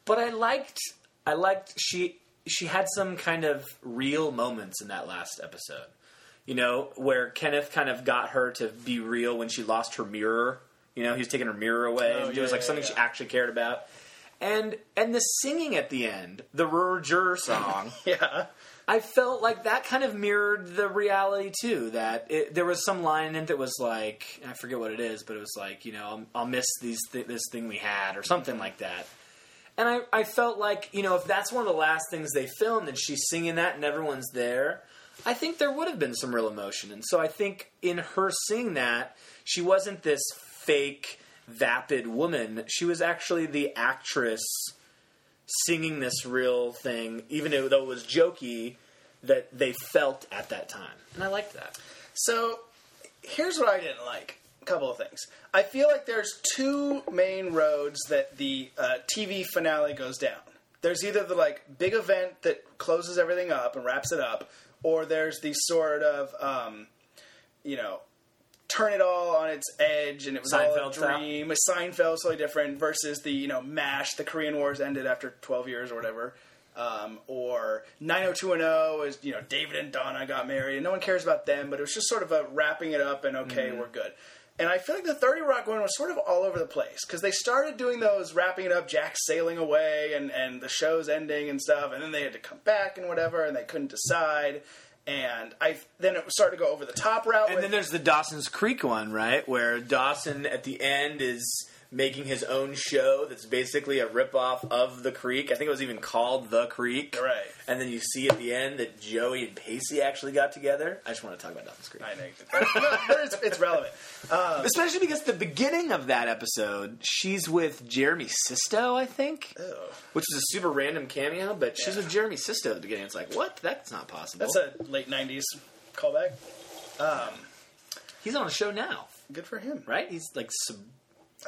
Speaker 2: but I liked I liked she she had some kind of real moments in that last episode. you know, where Kenneth kind of got her to be real when she lost her mirror. You know, he was taking her mirror away,
Speaker 1: Oh,
Speaker 2: and it
Speaker 1: yeah,
Speaker 2: was like
Speaker 1: yeah,
Speaker 2: something
Speaker 1: yeah.
Speaker 2: she actually cared about. And and the singing at the end, the Rurger song,
Speaker 1: Yeah.
Speaker 2: I felt like that kind of mirrored the reality too. That it, there was some line in it that was like, I forget what it is, but it was like, you know, I'll, I'll miss these th- this thing we had or something like that. And I, I felt like, you know, if that's one of the last things they filmed and she's singing that and everyone's there, I think there would have been some real emotion. And so I think in her seeing that, she wasn't this fake, vapid woman. She was actually the actress singing this real thing, even though though it was jokey, that they felt at that time. And I liked that.
Speaker 1: So here's what I didn't like. A couple of things. I feel like there's two main roads that the uh, TV finale goes down. There's either the like big event that closes everything up and wraps it up, or there's the sort of um, you know turn it all on its edge and it was all
Speaker 2: Seinfeld
Speaker 1: a
Speaker 2: style?
Speaker 1: dream. Seinfeld totally different versus the you know Mash. The Korean Wars ended after 12 years or whatever. Um, or 90210 is you know David and Donna got married and no one cares about them, but it was just sort of a wrapping it up and okay
Speaker 2: Mm-hmm.
Speaker 1: we're good. And I feel like the 30 Rock one was sort of all over the place because they started doing those wrapping it up, Jack sailing away, and and the show's ending and stuff, and then they had to come back and whatever, and they couldn't decide. And I then it started to go over the top route.
Speaker 2: And
Speaker 1: with-
Speaker 2: then there's the Dawson's Creek one, right? Where Dawson at the end is making his own show that's basically a ripoff of The Creek. I think it was even called The Creek.
Speaker 1: Right.
Speaker 2: And then you see at the end that Joey and Pacey actually got together. I just want to talk about Dawson's Creek.
Speaker 1: I know, but it's, it's relevant.
Speaker 2: Especially because the beginning of that episode, she's with Jeremy Sisto, I think.
Speaker 1: Ew.
Speaker 2: which is a super random cameo, but she's
Speaker 1: Yeah.
Speaker 2: with Jeremy Sisto at the beginning. It's like, what? That's not possible.
Speaker 1: That's a late '90s callback.
Speaker 2: He's on a show now,
Speaker 1: Good for him.
Speaker 2: right? He's like sub-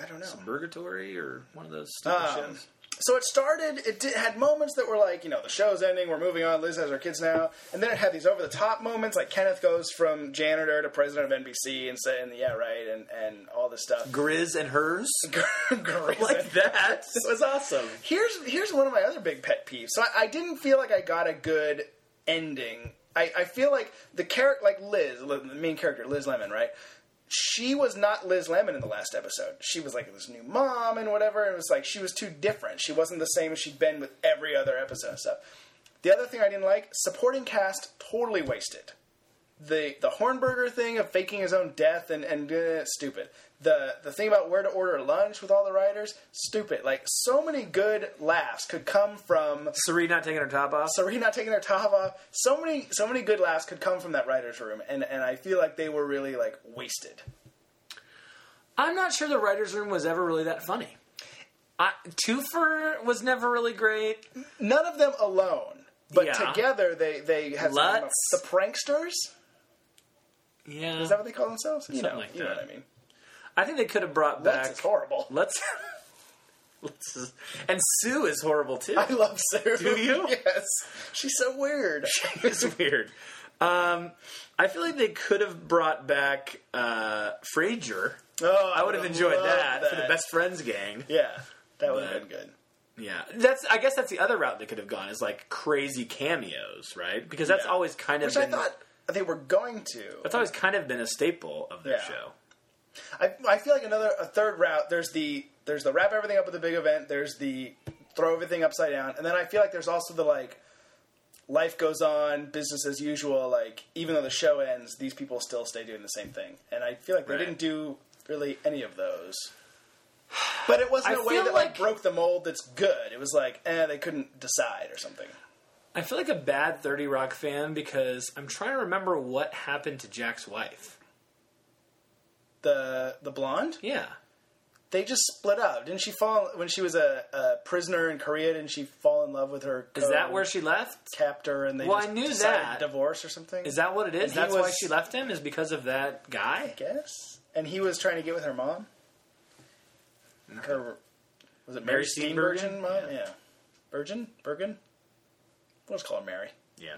Speaker 1: I don't know.
Speaker 2: Purgatory or one of those stupid
Speaker 1: Um,
Speaker 2: shows.
Speaker 1: so it started. It did, had moments that were like, you know, the show's ending. We're moving on. Liz has her kids now, and then it had these over the top moments, like Kenneth goes from janitor to president of NBC and saying, "Yeah, right," and and all this stuff.
Speaker 2: Grizz and hers,
Speaker 1: Great.
Speaker 2: like that. It was awesome.
Speaker 1: Here's here's one of my other big pet peeves. So I, I didn't feel like I got a good ending. I, I feel like the character, like Liz, Li- the main character, Liz Lemon, right? She was not Liz Lemon in the last episode. She was like this new mom and whatever, and it was like she was too different. She wasn't the same as she'd been with every other episode and stuff. The other thing I didn't like, supporting cast totally wasted the the Hornberger thing of faking his own death and and uh, stupid. The the thing about where to order lunch with all the writers, stupid. Like so many good laughs could come from
Speaker 2: Sari not taking her top off.
Speaker 1: Serena not taking their top off. So many so many good laughs could come from that writers room, and and I feel like they were really like wasted.
Speaker 2: I'm not sure the writers' room was ever really that funny. I, Twofer was never really great.
Speaker 1: None of them alone, but
Speaker 2: Yeah.
Speaker 1: together they they had some
Speaker 2: Lutz.
Speaker 1: the pranksters.
Speaker 2: Yeah,
Speaker 1: Is that what they call themselves? You
Speaker 2: Something
Speaker 1: know,
Speaker 2: like
Speaker 1: you know
Speaker 2: that.
Speaker 1: what I mean.
Speaker 2: I think they could have brought
Speaker 1: That's
Speaker 2: back.
Speaker 1: is horrible.
Speaker 2: Let's. Let's. And Sue is horrible too.
Speaker 1: I love Sarah.
Speaker 2: Do you?
Speaker 1: Yes, she's so weird.
Speaker 2: it's weird. Um, I feel like they could have brought back uh, Frazier.
Speaker 1: Oh,
Speaker 2: I would have enjoyed
Speaker 1: loved
Speaker 2: that, for the best friends gang.
Speaker 1: Yeah, that would have
Speaker 2: But-
Speaker 1: been good.
Speaker 2: Yeah, that's. I guess that's the other route they could have gone is like crazy cameos, right? Because that's
Speaker 1: Yeah.
Speaker 2: always kind of
Speaker 1: Which I
Speaker 2: been,
Speaker 1: thought they were going to.
Speaker 2: that's always kind of been a staple of their
Speaker 1: Yeah.
Speaker 2: show.
Speaker 1: I, I feel like another a third route. There's the there's the wrap everything up with the big event. There's the throw everything upside down, and then I feel like there's also the like life goes on, business as usual. Like even though the show ends, these people still stay doing the same thing, and I feel like they
Speaker 2: Right.
Speaker 1: didn't do really any of those. But it wasn't
Speaker 2: I
Speaker 1: a way
Speaker 2: feel
Speaker 1: that
Speaker 2: like-
Speaker 1: like broke the mold. That's good. It was like eh, they couldn't decide or something.
Speaker 2: I feel like a bad Thirty Rock fan because I'm trying to remember what happened to Jack's wife.
Speaker 1: The the blonde.
Speaker 2: Yeah,
Speaker 1: they just split up. Didn't she fall when she was a, a prisoner in Korea? Didn't she fall in love with her?
Speaker 2: is that where she left?
Speaker 1: captor and they?
Speaker 2: Well,
Speaker 1: just
Speaker 2: I knew
Speaker 1: decided
Speaker 2: that.
Speaker 1: to divorce or something.
Speaker 2: Is that what it is?
Speaker 1: He
Speaker 2: That's why
Speaker 1: was-
Speaker 2: she left him is because of that guy.
Speaker 1: guess? And he was trying to get with her mom. Her was it Mary
Speaker 2: Mary
Speaker 1: Steenburgen?
Speaker 2: Steenburgen?
Speaker 1: Mom, yeah. Bergen, Bergen. We'll just call her Mary.
Speaker 2: Yeah,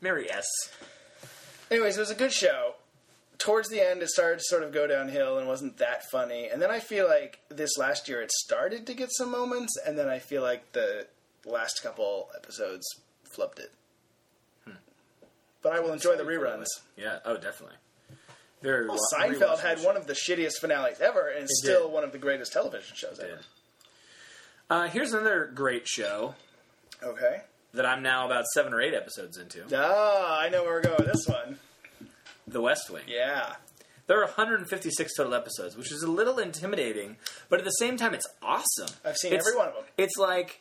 Speaker 2: Mary S.
Speaker 1: Anyways, it was a good show. Towards the end, it started to sort of go downhill and wasn't that funny. And then I feel like this last year, it started to get some moments, and then I feel like the last couple episodes flubbed it. Hmm. but I will enjoy the reruns.
Speaker 2: Yeah. Oh, definitely. Very
Speaker 1: Well, Seinfeld had one of the shittiest finales ever, and it's
Speaker 2: did.
Speaker 1: still one of the greatest television shows ever.
Speaker 2: Uh, here's another great show
Speaker 1: Okay.
Speaker 2: that I'm now about seven or eight episodes into.
Speaker 1: Ah, I know where we're going with this one.
Speaker 2: The West Wing.
Speaker 1: Yeah.
Speaker 2: There are 156 total episodes, which is a little intimidating, but at the same time, it's awesome.
Speaker 1: I've seen
Speaker 2: It's-
Speaker 1: every one of them.
Speaker 2: It's like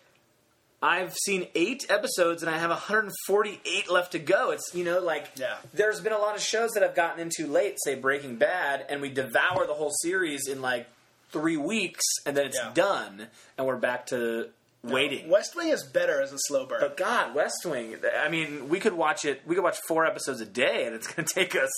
Speaker 2: I've seen eight episodes and I have 148 left to go. It's you know like
Speaker 1: Yeah.
Speaker 2: there's been a lot of shows that I've gotten into late, say Breaking Bad, and we devour the whole series in like three weeks, and then it's
Speaker 1: Yeah.
Speaker 2: done, and we're back to waiting.
Speaker 1: West Wing is better as a slow burn.
Speaker 2: But God, West Wing. I mean, we could watch it. We could watch four episodes a day, and it's going to take us.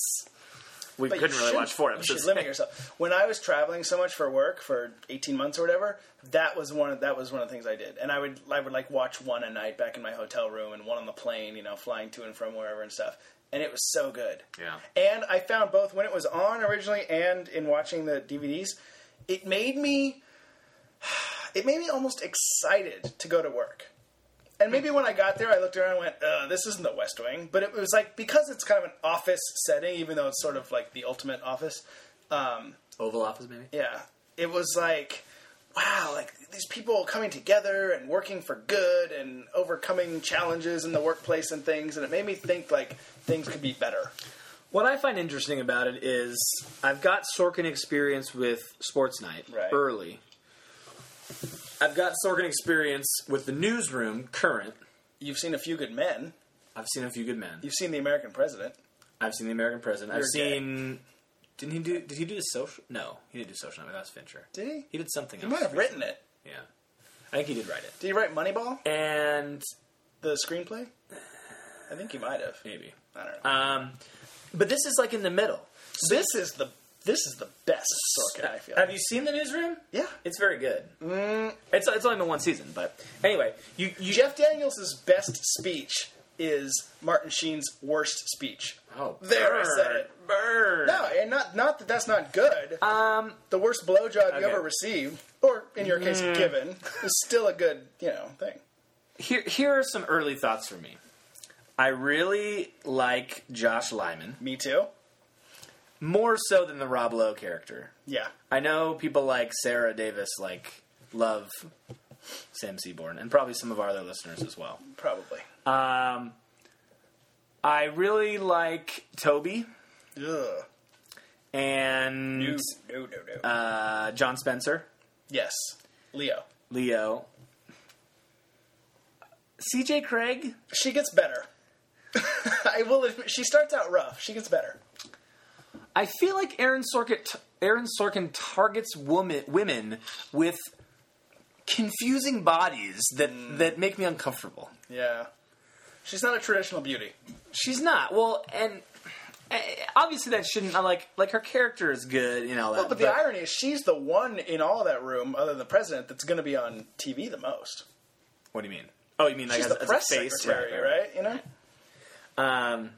Speaker 2: We
Speaker 1: But you
Speaker 2: couldn't really
Speaker 1: shouldn't-
Speaker 2: watch four
Speaker 1: you
Speaker 2: episodes.
Speaker 1: should limit yourself. When I was traveling so much for work for eighteen months or whatever, that was one. Of, that was one of the things I did, and I would I would like watch one a night back in my hotel room, and one on the plane, you know, flying to and from wherever and stuff. And it was so good.
Speaker 2: Yeah.
Speaker 1: And I found both when it was on originally and in watching the DVDs, it made me it made me almost excited to go to work. And maybe when I got there, I looked around and went, Ugh, this isn't the West Wing. But it was like, because it's kind of an office setting, even though it's sort of like the ultimate office, um,
Speaker 2: Oval Office, maybe.
Speaker 1: yeah, it was like, wow, like these people coming together and working for good and overcoming challenges in the workplace and things. And it made me think like things could be better.
Speaker 2: What I find interesting about it is I've got Sorkin experience with Sports Night
Speaker 1: Right.
Speaker 2: early. I've got Sorkin experience with the newsroom current.
Speaker 1: You've seen A Few Good Men,
Speaker 2: I've seen a few good men.
Speaker 1: you've seen The American President.
Speaker 2: I've seen the American President. I've
Speaker 1: You're gay.
Speaker 2: seen. Didn't he do? Did he do the social? No, he didn't do social. Night. That was Fincher.
Speaker 1: Did he?
Speaker 2: He did something.
Speaker 1: He
Speaker 2: else.
Speaker 1: might have written it.
Speaker 2: Yeah, I think he did write it.
Speaker 1: Did he write Moneyball,
Speaker 2: And
Speaker 1: the screenplay? I think he might have.
Speaker 2: maybe.
Speaker 1: I don't know.
Speaker 2: Um, but this is like in the middle.
Speaker 1: This is the this is the best Sorkin. I feel.
Speaker 2: Have you seen the newsroom?
Speaker 1: yeah,
Speaker 2: It's very good. Mm. It's it's only been one season, but anyway, you you
Speaker 1: Jeff Daniels' best speech is Martin Sheen's worst speech.
Speaker 2: oh
Speaker 1: There, I said it.
Speaker 2: burn.
Speaker 1: No, and not not that that's not good.
Speaker 2: Um,
Speaker 1: the worst blowjob you
Speaker 2: okay. Mm.
Speaker 1: ever received, or in your case, given, is still a good you know thing.
Speaker 2: here here are some early thoughts for me. I really like Josh Lyman
Speaker 1: Me too.
Speaker 2: more so than the Rob Lowe character.
Speaker 1: Yeah,
Speaker 2: I know people like Sarah Davis like love Sam Seaborn and probably some of our other listeners as well.
Speaker 1: probably.
Speaker 2: Um, I really like Toby
Speaker 1: Ugh.
Speaker 2: and
Speaker 1: No, no, no, no.
Speaker 2: uh, John Spencer,
Speaker 1: yes, Leo.
Speaker 2: Leo, CJ Craig.
Speaker 1: She gets better. I will admit, she starts out rough. She gets better.
Speaker 2: I feel like Aaron Sorkin, Aaron Sorkin targets woman, women with confusing bodies that that make me uncomfortable.
Speaker 1: Yeah, she's not a traditional beauty.
Speaker 2: She's not well, and eh, obviously that shouldn't. I like like her character is good and all that.
Speaker 1: But, the irony is, she's the one in all that room, other than the president, that's going to be on TV the most.
Speaker 2: what do you mean? Oh, you mean like
Speaker 1: She's
Speaker 2: as,
Speaker 1: the
Speaker 2: as
Speaker 1: press
Speaker 2: a face
Speaker 1: secretary,
Speaker 2: right,
Speaker 1: right,
Speaker 2: right.
Speaker 1: You know,
Speaker 2: Um,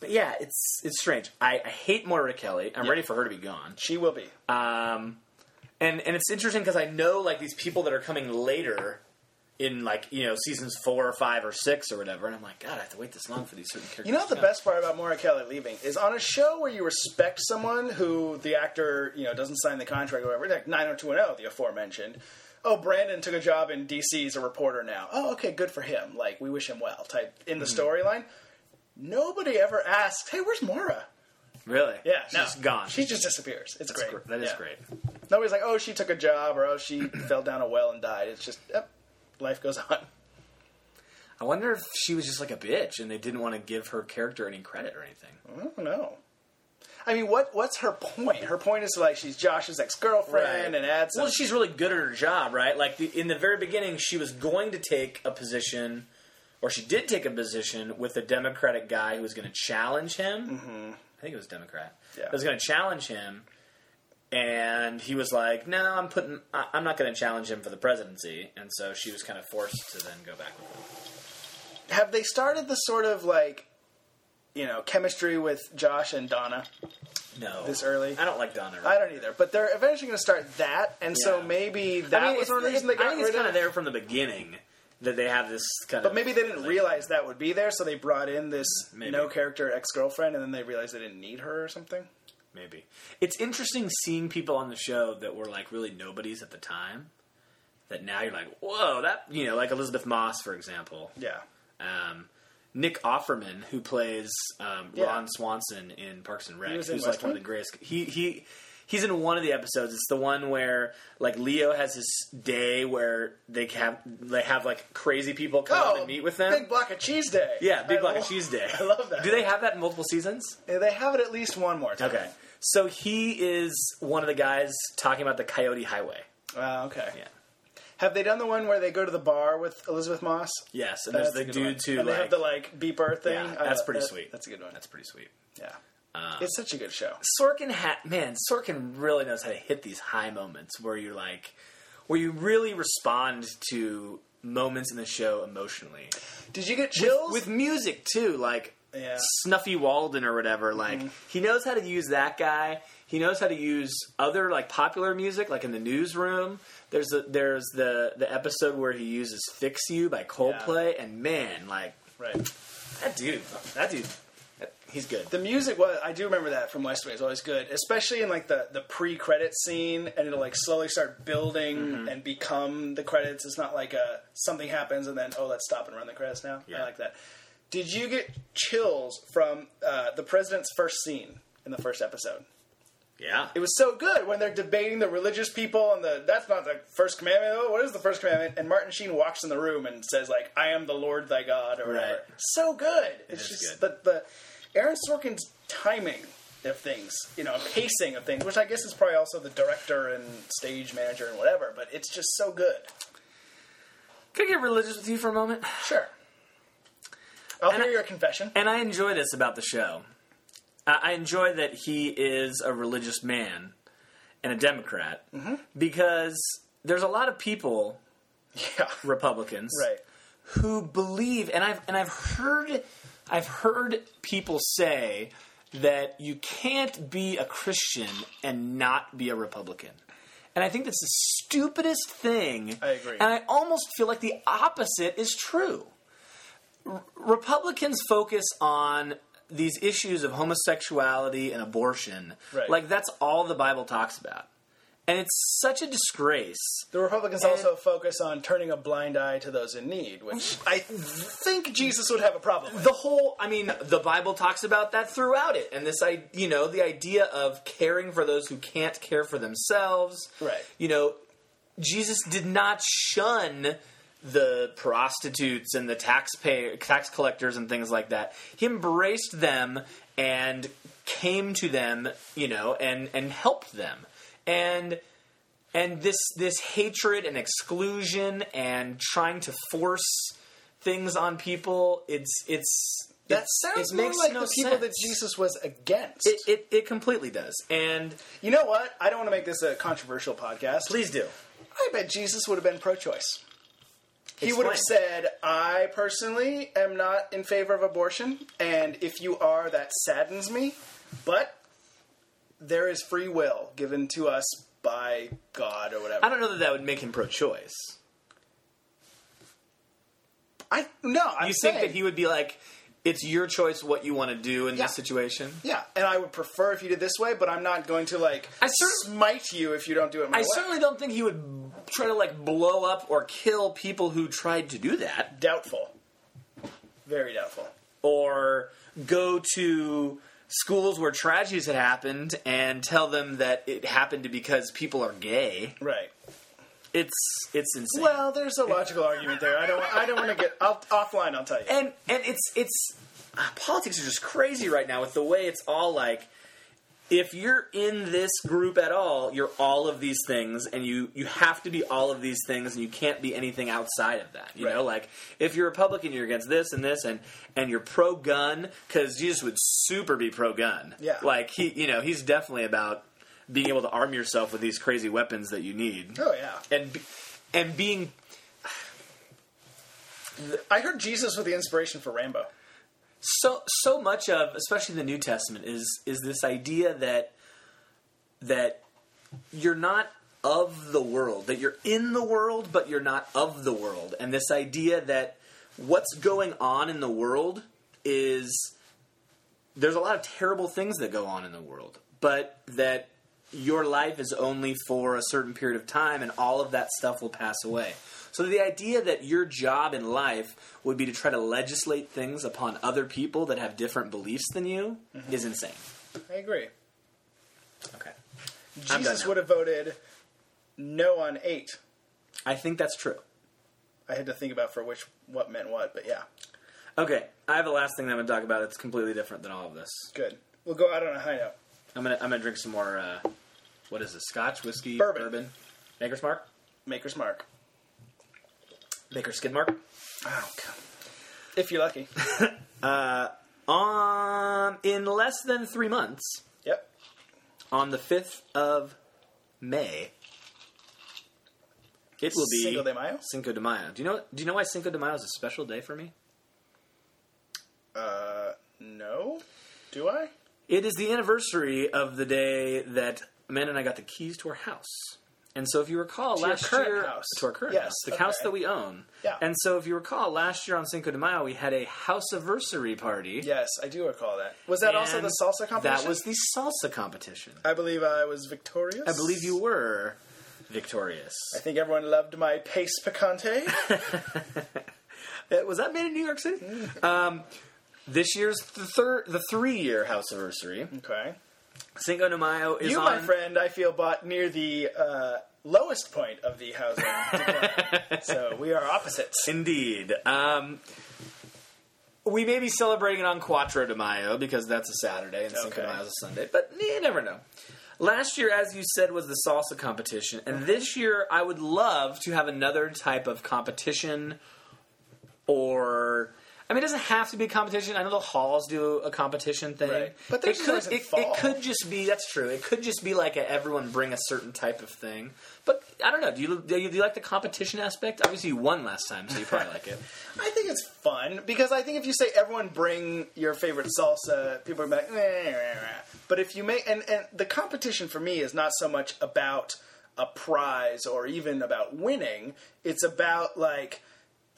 Speaker 2: but yeah, it's it's strange. I, I hate Moira Kelly. I'm ready for her to be gone.
Speaker 1: she will be.
Speaker 2: Um, and and it's interesting because I know like these people that are coming later in like you know seasons four or five or six or whatever, and I'm like, God, I have to wait this long for these certain characters.
Speaker 1: you know,
Speaker 2: to
Speaker 1: the
Speaker 2: come."
Speaker 1: best part about Maura Kelly leaving is on a show where you respect someone who the actor, you know, doesn't sign the contract or whatever. Like nine hundred two one zero, the aforementioned. Oh, Brandon took a job in DC as a reporter now. Oh, okay, good for him. Like we wish him well. Type in
Speaker 2: Mm-hmm.
Speaker 1: the storyline. Nobody ever asks, "Hey, where's Maura?"
Speaker 2: really,
Speaker 1: Yeah,
Speaker 2: she's
Speaker 1: no.
Speaker 2: just gone.
Speaker 1: She just disappears. It's
Speaker 2: That's
Speaker 1: great.
Speaker 2: gr- that is
Speaker 1: Yeah.
Speaker 2: great.
Speaker 1: Nobody's like, oh, she took a job or oh, she fell down a well and died. It's just, yep, life goes on.
Speaker 2: I wonder if she was just like a bitch and they didn't want to give her character any credit or anything.
Speaker 1: I don't know. I mean, what what's her point? Her point is like she's Josh's ex girlfriend and adds.
Speaker 2: well, she's really good at her job, right? Like the, in the very beginning, she was going to take a position, or she did take a position with a Democratic guy who was going to challenge him. Mm-hmm. I think it was Democrat.
Speaker 1: Yeah.
Speaker 2: that was going to challenge him, and he was like, "No, I'm putting. I, I'm not going to challenge him for the presidency." And so she was kind of forced to then go back with him.
Speaker 1: Have they started the sort of like, you know, chemistry with Josh and Donna?
Speaker 2: No,
Speaker 1: This early?
Speaker 2: I don't like Donna.
Speaker 1: I don't either, but they're eventually going to start that, and so
Speaker 2: Yeah.
Speaker 1: maybe that
Speaker 2: I mean,
Speaker 1: was
Speaker 2: it's-
Speaker 1: one of the reasons they
Speaker 2: I
Speaker 1: got
Speaker 2: think it's
Speaker 1: rid
Speaker 2: kind
Speaker 1: of.
Speaker 2: of there from the beginning. that they have this kind
Speaker 1: But
Speaker 2: of.
Speaker 1: maybe they didn't realize that would be there, so they brought in this
Speaker 2: Maybe.
Speaker 1: no character ex girlfriend, and then they realized they didn't need her or something.
Speaker 2: Maybe it's interesting seeing people on the show that were like really nobodies at the time. That now you're like, whoa, that you know, like Elizabeth Moss, for example.
Speaker 1: Yeah,
Speaker 2: Um, Nick Offerman, who plays um,
Speaker 1: Yeah.
Speaker 2: Ron Swanson in Parks and Rec,
Speaker 1: was in
Speaker 2: who's like
Speaker 1: West
Speaker 2: one of
Speaker 1: Wing?
Speaker 2: the greatest. He he. He's in one of the episodes. It's the one where like Leo has this day where they have they have like crazy people come out and meet with them.
Speaker 1: Oh, Big block of cheese day.
Speaker 2: Yeah, Big
Speaker 1: I
Speaker 2: Block of
Speaker 1: lo-
Speaker 2: Cheese Day.
Speaker 1: I love that.
Speaker 2: Do they have that in multiple seasons?
Speaker 1: They have it at least one more. Time.
Speaker 2: Okay. So he is one of the guys talking about the Coyote Highway.
Speaker 1: Uh, okay. Have they done the one where they go to the bar with Elizabeth Moss?
Speaker 2: Yes, and there's
Speaker 1: That's a
Speaker 2: the
Speaker 1: good
Speaker 2: dude
Speaker 1: one.
Speaker 2: who
Speaker 1: And they
Speaker 2: like
Speaker 1: have the like beeper thing.
Speaker 2: Yeah,
Speaker 1: I
Speaker 2: that's
Speaker 1: love-
Speaker 2: pretty
Speaker 1: that-
Speaker 2: sweet.
Speaker 1: That's a good one.
Speaker 2: that's uh, pretty sweet.
Speaker 1: Yeah, it's such a good show.
Speaker 2: Sorkin hat man, Sorkin really knows how to hit these high moments where you're like where you really respond to moments in the show emotionally.
Speaker 1: Did you get chills?
Speaker 2: With music too, like
Speaker 1: Yeah. Mm-hmm.
Speaker 2: Snuffy Walden or whatever. Like he knows how to use that guy. He knows how to use other like popular music, like in the newsroom. There's a, there's the the episode where he uses "Fix You" by Coldplay, and man, like
Speaker 1: right.
Speaker 2: that dude, that dude, that- he's good.
Speaker 1: The music was I do remember that from West Wing. It's always good, especially in like the the pre credit scene, and it'll like slowly start building
Speaker 2: Mm-hmm.
Speaker 1: and become the credits. It's not like a something happens and then oh let's stop and run the credits now. I
Speaker 2: Yeah.
Speaker 1: like that. Did you get chills from uh, the president's first scene in the first episode?
Speaker 2: yeah,
Speaker 1: It was so good when they're debating the religious people and the that's not the first commandment. Oh, what is the first commandment? And Martin Sheen walks in the room and says like, "I am the Lord thy God" or whatever.
Speaker 2: Right.
Speaker 1: So good. it's
Speaker 2: is
Speaker 1: just
Speaker 2: good.
Speaker 1: the the Aaron Sorkin's timing of things, you know, pacing of things, which I guess is probably also the director and stage manager and whatever. But it's just so good.
Speaker 2: can I get religious with you for a moment?
Speaker 1: Sure. I'll
Speaker 2: And
Speaker 1: hear
Speaker 2: I-
Speaker 1: your confession.
Speaker 2: And I enjoy this about the show. I I enjoy that he is a religious man and a Democrat
Speaker 1: Mm-hmm.
Speaker 2: because there's a lot of people,
Speaker 1: yeah.
Speaker 2: Republicans,
Speaker 1: Right.
Speaker 2: who believe, and I've and I've heard, I've heard people say that you can't be a Christian and not be a Republican. And I think that's the stupidest thing.
Speaker 1: I agree.
Speaker 2: And I almost feel like the opposite is true. Republicans focus on these issues of homosexuality and abortion.
Speaker 1: Right.
Speaker 2: Like that's all the Bible talks about. And it's such a disgrace.
Speaker 1: The Republicans
Speaker 2: And-
Speaker 1: also focus on turning a blind eye to those in need, which I think Jesus would have a problem with.
Speaker 2: The whole I mean, the Bible talks about that throughout it. And this I you know, the idea of caring for those who can't care for themselves.
Speaker 1: Right.
Speaker 2: You know, Jesus did not shun the prostitutes and the taxpayer tax collectors and things like that. He embraced them and came to them, you know, and and helped them. And and this this hatred and exclusion and trying to force things on people, it's it's
Speaker 1: That
Speaker 2: it's-
Speaker 1: sounds
Speaker 2: it
Speaker 1: more
Speaker 2: makes
Speaker 1: like
Speaker 2: no
Speaker 1: the people that
Speaker 2: sense.
Speaker 1: Jesus was against.
Speaker 2: it, it it completely does. And
Speaker 1: you know what? I don't want to make this a controversial podcast.
Speaker 2: please do.
Speaker 1: I bet Jesus would have been pro-choice. He would have
Speaker 2: Explain.
Speaker 1: said, "I personally am not in favor of abortion, and if you are, that saddens me, but there is free will given to us by God or whatever."
Speaker 2: I don't know that that would make him pro-choice.
Speaker 1: I no, I'm
Speaker 2: You
Speaker 1: saying,
Speaker 2: think that he would be like, it's your choice what you want to do in
Speaker 1: Yeah.
Speaker 2: this situation?
Speaker 1: Yeah, and I would prefer if you did this way, but I'm not going to like
Speaker 2: I cer-
Speaker 1: smite you if you don't do it my
Speaker 2: I
Speaker 1: way.
Speaker 2: certainly don't think he would try to like blow up or kill people who tried to do that
Speaker 1: doubtful. Very doubtful.
Speaker 2: or go to schools where tragedies had happened and tell them that it happened because people are gay.
Speaker 1: Right.
Speaker 2: It's it's insane.
Speaker 1: Well, there's a logical argument there. I don't. I don't want to get I'll, offline. I'll tell you.
Speaker 2: and and it's it's ah, politics are just crazy right now with the way it's all like if you're in this group at all you're all of these things and you you have to be all of these things and you can't be anything outside of that you know
Speaker 1: Right.
Speaker 2: like if you're republican you're against this and this and and you're pro gun cuz Jesus would super be pro gun
Speaker 1: Yeah.
Speaker 2: like he you know he's definitely about being able to arm yourself with these crazy weapons that you need
Speaker 1: oh yeah.
Speaker 2: and be, and being
Speaker 1: I heard Jesus was the inspiration for Rambo.
Speaker 2: so so much of especially the New Testament is is this idea that that you're not of the world, that you're in the world, but you're not of the world. And this idea that what's going on in the world is there's a lot of terrible things that go on in the world, but that your life is only for a certain period of time and all of that stuff will pass away. So the idea that your job in life would be to try to legislate things upon other people that have different beliefs than you is insane.
Speaker 1: I agree.
Speaker 2: Mm-hmm. Okay. I'm done
Speaker 1: Jesus
Speaker 2: now.
Speaker 1: would have voted no on eight.
Speaker 2: I think that's true.
Speaker 1: I had to think about for which what meant what, but yeah,
Speaker 2: Okay, I have a last thing that I'm going to talk about that's completely different than all of this.
Speaker 1: good. We'll go out on a high note.
Speaker 2: I'm going to I'm going to drink some more uh, what is this? Scotch, whiskey,
Speaker 1: Bourbon.
Speaker 2: bourbon. Maker's Mark?
Speaker 1: Maker's mark.
Speaker 2: Maker's Skid Mark?
Speaker 1: Oh, God. If you're lucky.
Speaker 2: Um, in less than three months,
Speaker 1: yep.
Speaker 2: on the fifth of May, it will be
Speaker 1: Cinco de Mayo?
Speaker 2: Cinco de Mayo. Do you know? Do you know why Cinco de Mayo is a special day for me?
Speaker 1: Uh, no. Do I?
Speaker 2: It is the anniversary of the day that Amanda and I got the keys to our house. And so, if you recall,
Speaker 1: your
Speaker 2: last
Speaker 1: current
Speaker 2: year
Speaker 1: house.
Speaker 2: to our current
Speaker 1: Yes,
Speaker 2: house, the
Speaker 1: okay.
Speaker 2: house that we own.
Speaker 1: Yeah.
Speaker 2: And so, if you recall, last year on Cinco de Mayo, we had a house anniversary party.
Speaker 1: Yes, I do recall that. Was that also the
Speaker 2: And
Speaker 1: salsa competition?
Speaker 2: That was the salsa competition.
Speaker 1: I believe I was victorious.
Speaker 2: I believe you were victorious.
Speaker 1: I think everyone loved my pace picante.
Speaker 2: Uh, was that made in New York City? Um, this year's the third, the three-year house anniversary.
Speaker 1: okay.
Speaker 2: Cinco de Mayo is
Speaker 1: You,
Speaker 2: on.
Speaker 1: my friend, I feel bought near the uh, lowest point of the housing decline. so we are opposites.
Speaker 2: Indeed. Um, we may be celebrating it on Cuatro de Mayo because that's a Saturday and Cinco de
Speaker 1: Okay.
Speaker 2: Mayo is a Sunday, but you never know. Last year, as you said, was the salsa competition, and this year I would love to have another type of competition or. I mean, it doesn't have to be a competition. I know the halls do a competition thing,
Speaker 1: Right. But theirs
Speaker 2: it
Speaker 1: is
Speaker 2: could
Speaker 1: always in
Speaker 2: it,
Speaker 1: fall.
Speaker 2: it could just be that's true. It could just be like a, everyone bring a certain type of thing. But I don't know. Do you, do you do you like the competition aspect? Obviously, you won last time, so you probably like it.
Speaker 1: I think it's fun because I think if you say everyone bring your favorite salsa, people are gonna be like, "Meh, meh, meh." but if you make and and the competition for me is not so much about a prize or even about winning. It's about like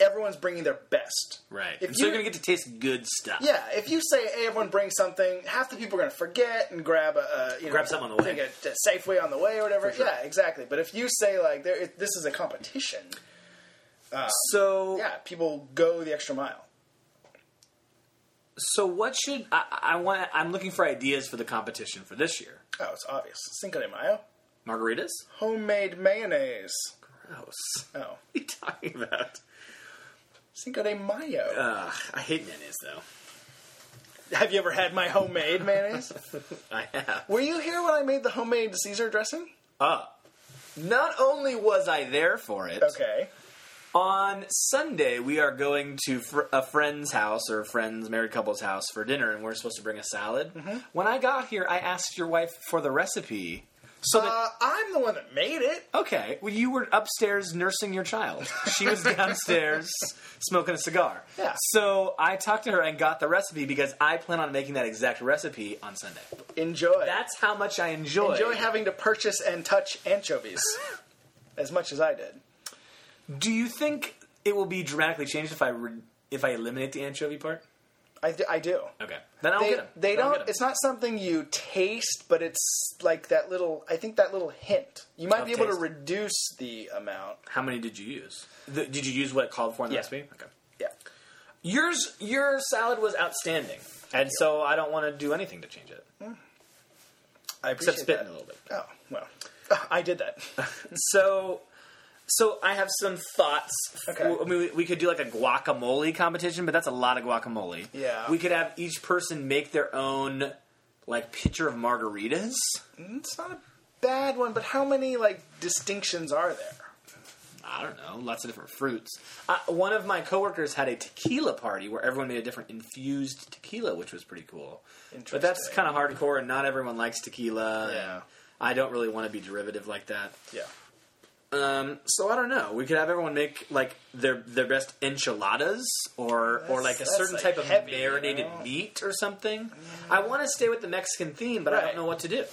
Speaker 1: everyone's bringing their best, If
Speaker 2: And so
Speaker 1: you
Speaker 2: you're gonna get to taste good stuff.
Speaker 1: yeah, if you say, "Hey, everyone, bring something," half the people are going to forget and grab a, uh you know,
Speaker 2: Grab something on the way.
Speaker 1: take a, a Safeway on the way or whatever.
Speaker 2: sure.
Speaker 1: Yeah, exactly. But if you say like, there, it, "This is a competition,"
Speaker 2: So
Speaker 1: yeah, people go the extra mile.
Speaker 2: so what should I, I want? I'm looking for ideas for the competition for this year.
Speaker 1: Oh, it's obvious. Cinco de Mayo,
Speaker 2: Margaritas.
Speaker 1: homemade mayonnaise.
Speaker 2: Gross.
Speaker 1: Oh,
Speaker 2: What are you talking about?
Speaker 1: Cinco de Mayo.
Speaker 2: Ugh, I hate mayonnaise though.
Speaker 1: Have you ever had my homemade mayonnaise?
Speaker 2: I have.
Speaker 1: Were you here when I made the homemade Caesar dressing?
Speaker 2: Uh, not only was I there for it.
Speaker 1: Okay.
Speaker 2: On Sunday, we are going to fr- a friend's house or a friend's married couple's house for dinner, and we're supposed to bring a salad.
Speaker 1: Mm-hmm.
Speaker 2: When I got here, I asked your wife for the recipe. So that,
Speaker 1: Uh, I'm the one that made it.
Speaker 2: okay, well, you were upstairs nursing your child. She was downstairs smoking a cigar.
Speaker 1: Yeah.
Speaker 2: So I talked to her and got the recipe because I plan on making that exact recipe on Sunday.
Speaker 1: Enjoy.
Speaker 2: That's how much I enjoy.
Speaker 1: Enjoy having to purchase and touch anchovies as much as I did.
Speaker 2: Do you think it will be dramatically changed if I re- if I eliminate the anchovy part?
Speaker 1: I, d- I do.
Speaker 2: Okay, then I'll
Speaker 1: They,
Speaker 2: get 'em.
Speaker 1: they
Speaker 2: Then I'll
Speaker 1: don't.
Speaker 2: get 'em.
Speaker 1: It's not something you taste, but it's like that little. I think that little hint. You might
Speaker 2: Of
Speaker 1: be able
Speaker 2: taste.
Speaker 1: to reduce the amount.
Speaker 2: How many did you use? The, did you use what it called for in the
Speaker 1: Yeah.
Speaker 2: recipe? Okay.
Speaker 1: Yeah.
Speaker 2: Yours, your salad was outstanding, and so I don't want to do anything to change it
Speaker 1: I
Speaker 2: except
Speaker 1: Hmm. appreciate
Speaker 2: spitting
Speaker 1: that.
Speaker 2: a little bit.
Speaker 1: Oh well, Ah, I did that.
Speaker 2: So, so I have some thoughts.
Speaker 1: Okay.
Speaker 2: I mean, we, we could do like a guacamole competition, but that's a lot of guacamole.
Speaker 1: Yeah.
Speaker 2: We could have each person make their own like pitcher of margaritas.
Speaker 1: It's not a bad one, but how many like distinctions are there?
Speaker 2: I don't know, lots of different fruits. Uh, one of my coworkers had a tequila party where everyone made a different infused tequila, which was pretty cool. But that's
Speaker 1: Interesting.
Speaker 2: kind of hardcore, and not everyone likes tequila.
Speaker 1: Yeah.
Speaker 2: and I don't really want to be derivative like that.
Speaker 1: Yeah.
Speaker 2: Um, so I don't know. We could have everyone make like their their best enchiladas, or or
Speaker 1: That's-
Speaker 2: like a
Speaker 1: that's,
Speaker 2: certain
Speaker 1: like,
Speaker 2: type of
Speaker 1: heavy, you
Speaker 2: marinated
Speaker 1: know?
Speaker 2: meat or something. I want to stay with the Mexican theme, but I
Speaker 1: Right.
Speaker 2: don't know what to do.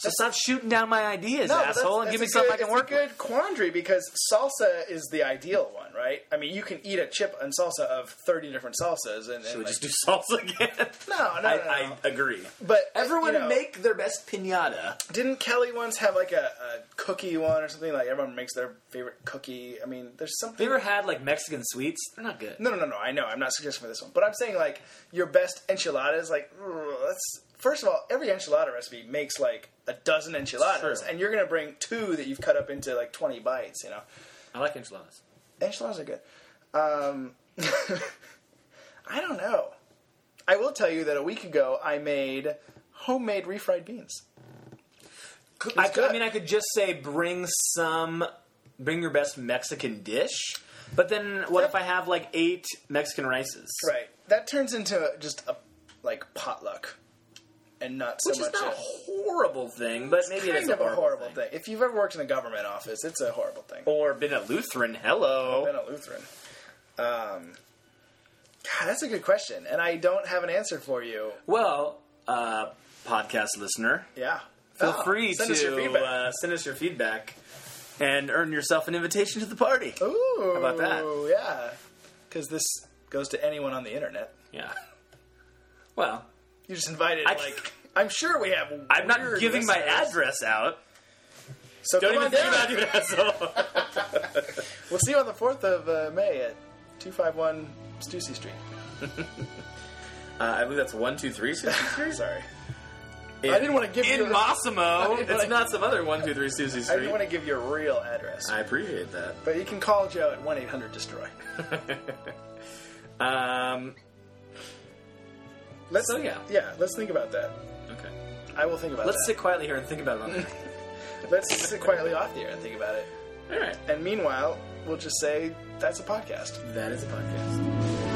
Speaker 2: So stop shooting down my ideas,
Speaker 1: No, but that's-
Speaker 2: asshole, and give me
Speaker 1: that's a
Speaker 2: something
Speaker 1: good-
Speaker 2: I can
Speaker 1: it's
Speaker 2: work
Speaker 1: a
Speaker 2: with.
Speaker 1: good quandary because salsa is the ideal one, right? I mean, you can eat a chip and salsa of thirty different salsas, and, and
Speaker 2: Should we
Speaker 1: like-
Speaker 2: just do salsa again?
Speaker 1: no, no, no, no.
Speaker 2: I, I agree.
Speaker 1: but
Speaker 2: Everyone
Speaker 1: you know,
Speaker 2: make their best pinata.
Speaker 1: Didn't Kelly once have like a, a cookie one or something? Like everyone makes their favorite cookie. I mean, there's
Speaker 2: Have you
Speaker 1: something.
Speaker 2: ever had like Mexican sweets? They're not good.
Speaker 1: No, no, no, no. I know. I'm not suggesting for this one, but I'm saying like your best enchiladas. Like ugh, that's first of all, every enchilada recipe makes like a dozen enchiladas,
Speaker 2: True.
Speaker 1: and you're gonna bring two that you've cut up into like 20 bites. You know,
Speaker 2: I like enchiladas.
Speaker 1: enchiladas are good. Um, I don't know. I will tell you that a week ago I made homemade refried beans.
Speaker 2: I,
Speaker 1: It's
Speaker 2: could, I
Speaker 1: good.
Speaker 2: mean, I could just say bring some, bring your best Mexican dish. But then, what if I have like eight Mexican rices?
Speaker 1: Right. That turns into just a like potluck, and not so
Speaker 2: Which is
Speaker 1: much.
Speaker 2: not a
Speaker 1: a-
Speaker 2: horrible thing, but maybe it
Speaker 1: kind
Speaker 2: is a
Speaker 1: of
Speaker 2: horrible, Oh.
Speaker 1: a horrible thing. If you've ever worked in a government office, it's a horrible thing.
Speaker 2: Or been a Lutheran, hello.
Speaker 1: Been a Lutheran. Um, God, that's a good question, and I don't have an answer for you.
Speaker 2: Well, uh, podcast listener,
Speaker 1: Yeah.
Speaker 2: feel
Speaker 1: Oh,
Speaker 2: free
Speaker 1: send
Speaker 2: to
Speaker 1: us your feedback.
Speaker 2: Uh, send us your feedback and earn yourself an invitation to the party.
Speaker 1: Ooh,
Speaker 2: uh, about that?
Speaker 1: Yeah, because this goes to anyone on the internet.
Speaker 2: Yeah. Well,
Speaker 1: You just invited
Speaker 2: I-
Speaker 1: like. I'm sure we have.
Speaker 2: I'm not
Speaker 1: weird
Speaker 2: giving my
Speaker 1: listeners.
Speaker 2: address out.
Speaker 1: So
Speaker 2: Don't
Speaker 1: come
Speaker 2: even
Speaker 1: on
Speaker 2: think
Speaker 1: down.
Speaker 2: about it, asshole.
Speaker 1: We'll see you on the 4th of uh, May at 251 Stussy Street.
Speaker 2: Uh, I believe that's one, two, three, Susie.
Speaker 1: Sorry.
Speaker 2: In,
Speaker 1: I didn't wanna give
Speaker 2: in
Speaker 1: you-
Speaker 2: in Massimo.
Speaker 1: I didn't
Speaker 2: It's
Speaker 1: wanna-
Speaker 2: not some other one, two, three, Susie
Speaker 1: I
Speaker 2: Street.
Speaker 1: didn't want to give you a real address.
Speaker 2: I appreciate that.
Speaker 1: But you can call Joe at 1 800 Destroy.
Speaker 2: Um.
Speaker 1: Let's,
Speaker 2: So, Oh, yeah.
Speaker 1: Yeah, let's think about that.
Speaker 2: Okay.
Speaker 1: I will think about
Speaker 2: Let's
Speaker 1: that.
Speaker 2: sit quietly here and think about it. on the-
Speaker 1: Let's sit quietly off the air and think about it.
Speaker 2: All right.
Speaker 1: And meanwhile, we'll just say that's a podcast.
Speaker 2: That is a podcast.